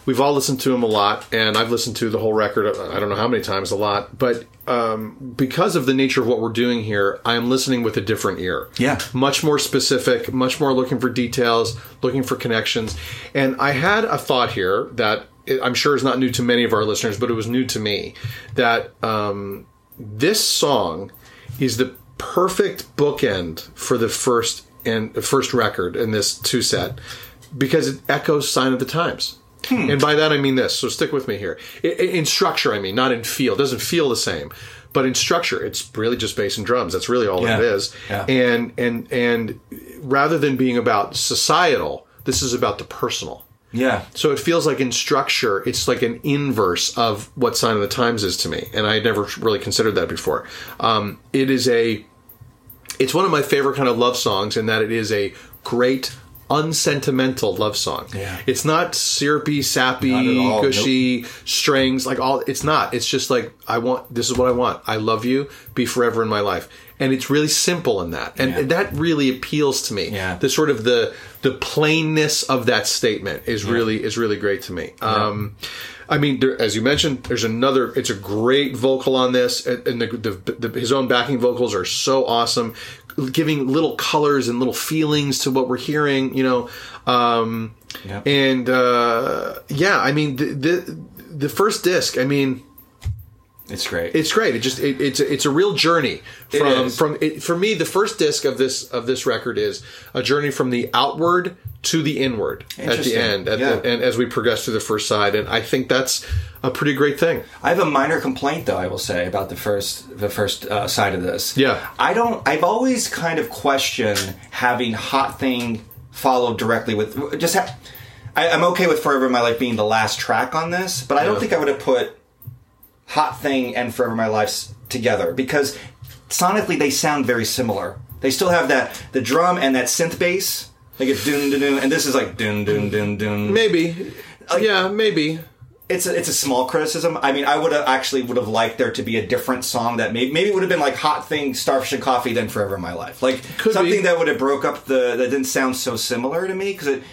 we've all listened to them a lot, and I've listened to the whole record. uh, I don't know how many times, a lot, but um, because of the nature of what we're doing here, I am listening with a different ear.
Yeah.
much more specific, much more looking for details, looking for connections. And I had a thought here that it- I'm sure is not new to many of our listeners, but it was new to me that um, this song is the perfect bookend for the first and first record in this two set because it echoes "Sign of the Times."
Hmm.
And by that I mean this. So stick with me here. I- I- In structure, I mean not in feel. It doesn't feel the same, but in structure, it's really just bass and drums. That's really all
Yeah.
it is
Yeah.
and and and rather than being about societal this is about the personal
Yeah.
so it feels like in structure it's like an inverse of what sign of the times is to me and i had never really considered that before um, it is a it's one of my favorite kind of love songs in that it is a great unsentimental love song
Yeah.
it's not syrupy sappy
Not at all,
gushy strings like all it's not it's just like i want this is what i want i love you be forever in my life and it's really simple in that and
Yeah.
that really appeals to me
Yeah.
the sort of the the plainness of that statement is really is really great to me um I mean, there, as you mentioned, there's another. It's a great vocal on this, and, and the, the, the, his own backing vocals are so awesome, giving little colors and little feelings to what we're hearing. You know, um,
Yep.
and uh, yeah, I mean the, the the first disc. I mean,
It's great.
it's great. It just it, it's a- it's a real journey from
is.
from it, for me. The first disc of this of this record is a journey from the outward to the inward at the
Interesting.
end, at
Yeah.
the, and as we progress through the first side, and I think that's a pretty great thing.
I have a minor complaint though. I will say about the first the first uh, side of this.
Yeah.
I don't. I've always kind of questioned having hot thing followed directly with just. Ha- I, I'm okay with Forever in My Life being the last track on this, but I don't
Yeah.
think I would have put Hot Thing and Forever in My Life s- together because sonically they sound very similar. They still have that the drum and that synth bass. Like it's doon doon doon, and this is like doon doon doon doon
Maybe, yeah, maybe.
it's a, it's a small criticism. I mean, I would have actually would have liked there to be a different song that maybe maybe it would have been like "Hot Thing," "Starfish and Coffee," then "Forever in My Life," like
Could
something
be.
that would have broke up the that didn't sound so similar to me because it.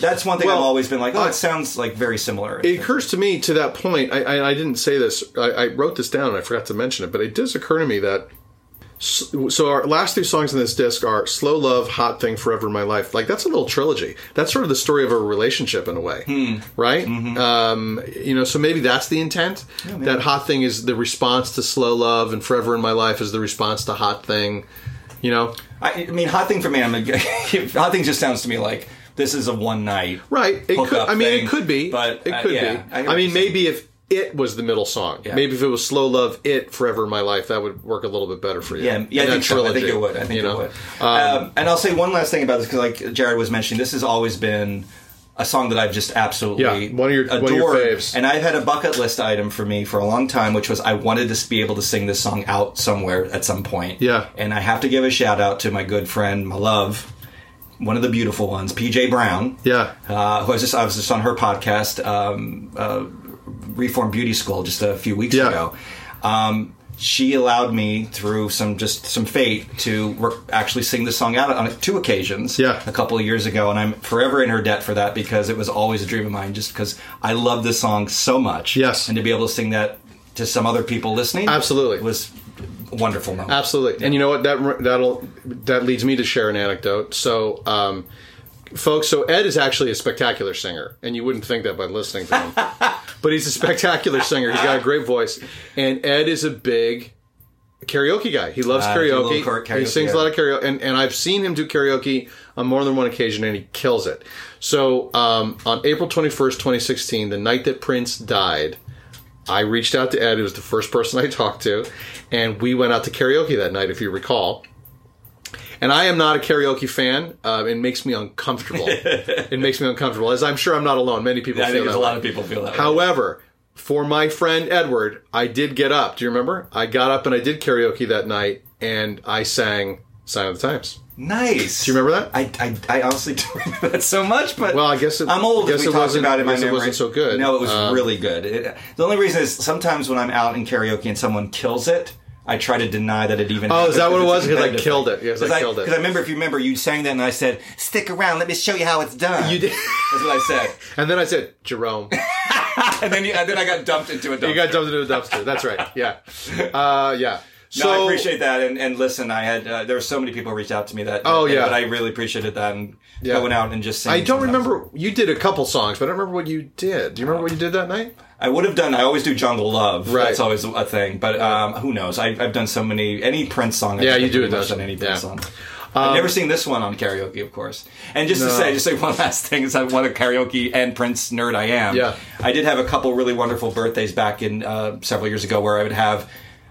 That's one thing I've
Well,
always been like. Oh,
I-
it sounds like very similar.
It occurs to me to that point. I, I, I didn't say this. I, I wrote this down and I forgot to mention it, but it does occur to me that. s- So our last two songs in this disc are "Slow Love," "Hot Thing," "Forever in My Life." Like that's a little trilogy. That's sort of the story of a relationship in a way, right? Um, you know, so maybe that's the intent. that "Hot Thing" is the response to "Slow Love," and "Forever in My Life" is the response to "Hot Thing." You know,
I, I mean, "Hot Thing" for me, I'm a, "Hot Thing" just sounds to me like this is a one night.
Right. It could,
hookup
I mean,
thing,
it could be.
but,
it
uh,
could
yeah,
be.
I hear
I,
what
mean,
you're saying.
maybe if it was the middle song,
Yeah.
maybe if it was "Slow Love," "It," "Forever," "My Life," that would work a little bit better for you.
Yeah, yeah, I
And that
think, so. I think
trilogy,
it would. I think
you know?
it would. Um, and I'll say one last thing about this because, like Jared was mentioning, this has always been a song that I've just absolutely
Yeah, one of your- one of your
adored.
faves.
And I've had a bucket list item for me for a long time, which was I wanted to be able to sing this song out somewhere at some point.
Yeah.
and I have to give a shout out to my good friend, my love, one of the beautiful ones, PJ Brown.
Yeah.
Uh, who I was just I was just on her podcast, um, uh, Reform Beauty School, just a few weeks
Yeah.
ago. Um, she allowed me through some just some fate to work, actually sing this song out on two occasions.
Yeah.
a couple of years ago, and I'm forever in her debt for that because it was always a dream of mine. Just because I love this song so much.
Yes.
and to be able to sing that to some other people listening,
Absolutely.
was a wonderful. Moment.
Absolutely. And you know what? That that'll that leads me to share an anecdote. So, um, folks, so Ed is actually a spectacular singer, and you wouldn't think that by listening to him, but he's a spectacular singer. He's got a great voice, and Ed is a big karaoke guy. He loves
Ah, do a little
karaoke.
karaoke,
He sings
yeah.
a lot of karaoke, and, and I've seen him do karaoke on more than one occasion, and he kills it. So um, on April twenty first, twenty sixteen, the night that Prince died, I reached out to Ed, who was the first person I talked to, and we went out to karaoke that night, if you recall. And I am not a karaoke fan. Uh, it makes me uncomfortable. it makes me uncomfortable, as I'm sure I'm not alone. Many people.
I
feel
think
that
there's a lot
way.
of people feel that. way.
However, for my friend Edward, I did get up. Do you remember? I got up and I did karaoke that night, and I sang "Sign of the Times."
nice. Do
you remember that?
I, I, I honestly don't remember that so much, but
Well, I guess it-
I'm old.
I guess
and we
it
talked
wasn't-
about it. in
I
My
guess it
memory
wasn't so good.
No, it was
Um,
really good. It, the only reason is sometimes when I'm out in karaoke and someone kills it. I try to deny that it even.
Oh, is that what it was? 'Cause I killed it. Yes,
Because
I killed it.
Because I remember, if you remember, you sang that, and I said, "Stick around, let me show you how it's done."
You did.
That's what I said,
And then I said, "Jerome."
and then you, and then I got dumped into a. Dumpster.
You got dumped into a dumpster. That's right. Yeah. Uh, yeah. So
no, I appreciate that. And, and listen, I had uh, there were so many people reached out to me that.
Oh, yeah.
but I really appreciated that and
Yeah.
going out and just. Singing
I don't
sometimes.
remember. You did a couple songs, but I don't remember what you did. Do you remember what you did that night?
I would have done. I always do Jungle Love.
Right.
That's always a thing. But um, who knows? I, I've done so many. Any Prince song. I
Yeah,
think
you
I've
do
pretty
it,
much
don't
done any
you?
Prince
Yeah. Um,
song. I've never seen this one on karaoke, of course. And just to
No.
say, just say one last thing is, I what a karaoke and Prince nerd I am.
Yeah.
I did have a couple really wonderful birthdays back in uh, several years ago where I would have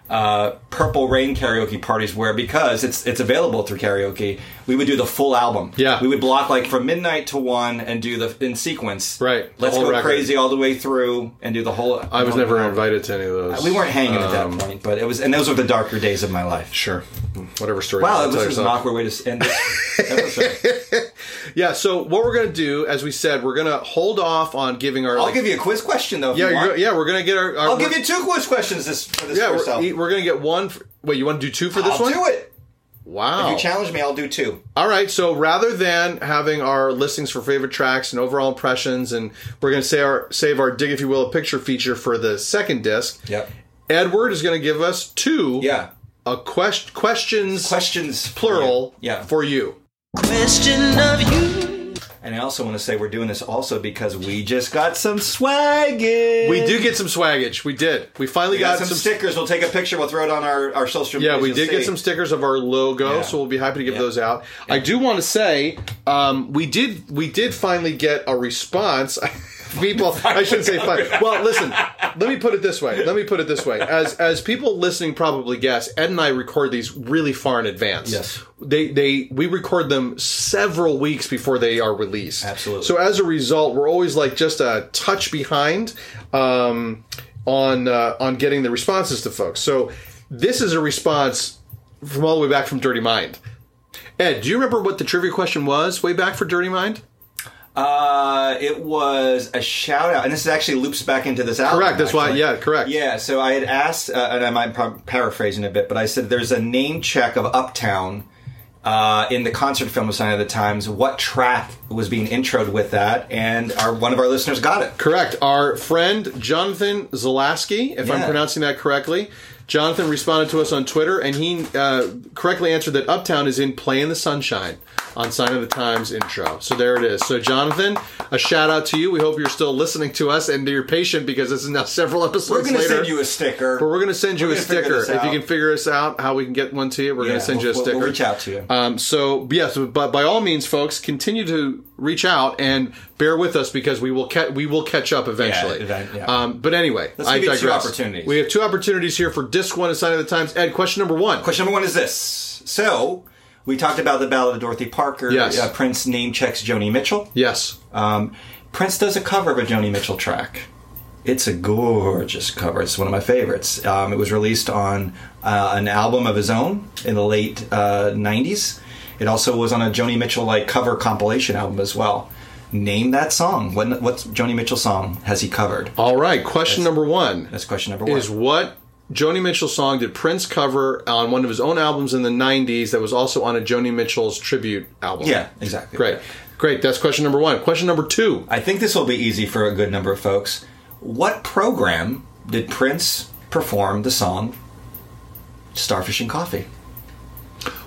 uh, Purple Rain karaoke parties where because it's it's available through karaoke, we would do the full album.
Yeah.
we would block like from midnight to one and do the in sequence.
Right.
let's
Whole
go
record.
crazy all the way through and do the whole.
I was never invited to any of those.
Uh, We weren't hanging at that point, but it was, and those were the darker days of my life.
Sure. Whatever story. you
Wow,
wanna
this
tell
is an
yourself.
awkward way to s- end this episode.
Yeah. So what we're gonna do, as we said, we're gonna hold off on giving our.
I'll
like,
give you a quiz question though. if
Yeah,
you
you're,
want.
yeah, we're gonna get our. our
I'll give you two quiz questions this for this
Yeah,
first
we're,
album.
e- we're gonna get one. For, wait, you want to do two for this
I'll
one? Oh. Uh,
do it.
Wow.
You challenge me, I'll do two.
All right. So rather than having our listings for favorite tracks and overall impressions, and we're gonna save our save our dig if you will a picture feature for the second disc.
Yep.
Edward is gonna give us two.
Yeah.
A quest questions
Questions for
plural.
you. Yeah.
For you.
Question of you.
and I also want to say we're doing this also because we just got some swag. in.
We do get some swaggage. We did. We finally
We got, some,
some
stickers. We'll take a picture. We'll throw it on our, our social media.
Yeah, we did get some stickers of our logo,
Yeah.
so we'll be happy to give
Yeah.
those out. I do want to say um, we did we did finally get a response. people, I shouldn't say fun. Well, listen, let me put it this way. Let me put it this way. As as people listening probably guess, Ed and I record these really far in advance.
Yes.
They they we record them several weeks before they are released.
Absolutely.
So as a result, we're always like just a touch behind um, on uh, on getting the responses to folks. So this is a response from all the way back from Dirty Mind. Ed, do you remember what the trivia question was way back for Dirty Mind?
Uh, it was a shout out, and this actually loops back into this album.
Correct. That's why.
actually.
Yeah. Correct.
Yeah, so I had asked, uh, and I might par- paraphrasing a bit, but I said there's a name check of Uptown uh, in the concert film of Sign of the Times. What track was being introed with that? And our one of our listeners got it.
Correct. Our friend Jonathan Zelaski, if I'm
Yeah.
pronouncing that correctly, Jonathan responded to us on Twitter, and he uh, correctly answered that "Uptown" is in "Play in the Sunshine" on "Sign of the Times" intro. So there it is. So Jonathan, a shout out to you. We hope you're still listening to us and that you're patient because this is now several episodes
We're going to
later.
send you a sticker.
but we're going to send you
we're
a
gonna figure
sticker
this
if you
out.
can figure us out how we can get one to you. We're going
Yeah,
to send you a
we'll-
sticker.
We'll reach out to you.
Um, so yes, but by all means, folks, continue to reach out and bear with us because we will ca- we will catch up eventually.
Yeah, event- yeah.
Um, but anyway,
Let's
I
give you two
digress.
opportunities.
We have two opportunities here for disc one and sign of the times. Ed, question number one.
Question number one is this. So we talked about the Ballad of Dorothy Parker.
Yes.
Uh, Prince name checks Joni Mitchell.
Yes.
Um, Prince does a cover of a Joni Mitchell track. It's a gorgeous cover. It's one of my favorites. Um, it was released on uh, an album of his own in the late uh, 90s. It also was on a Joni Mitchell like cover compilation album as well. Name that song. What what's Joni Mitchell song has he covered?
All right. Question number one
That's question number one.
is what Joni Mitchell song did Prince cover on one of his own albums in the '90s that was also on a Joni Mitchell's tribute album?
yeah, exactly.
Great. Great. That's question number one. Question number two.
I think this will be easy for a good number of folks. What program did Prince perform the song Starfish and Coffee?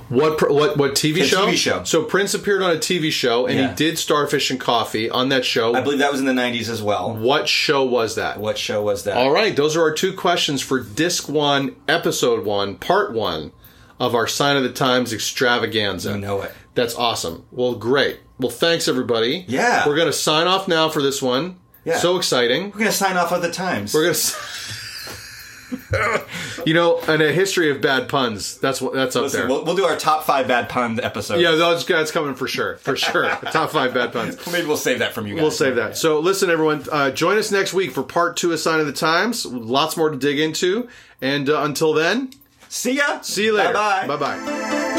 What pr- what what TV
The
show?
TV show.
So Prince appeared on a TV show, and
Yeah.
he did Starfish and Coffee on that show.
I believe that was in the 90s as well.
what show was that?
What show was that?
All right, those are our two questions for Disc One, Episode One, Part One of our Sign of the Times extravaganza.
I know it.
That's awesome. Well, great. Well, thanks everybody.
Yeah.
we're gonna sign off now for this one.
Yeah.
so exciting.
We're going to sign off of the times.
We're gonna. s- you know, and a history of bad puns. That's what. That's up
Listen,
there.
we'll, we'll do our top five bad pun episode.
yeah, that's, that's coming for sure. For sure. Top five bad puns.
Maybe we'll save that from you guys.
We'll save that. So, listen, everyone, uh, join us next week for part two of Sign of the Times. Lots more to dig into. And uh, until then,
See ya.
see you later.
Bye bye.
Bye bye.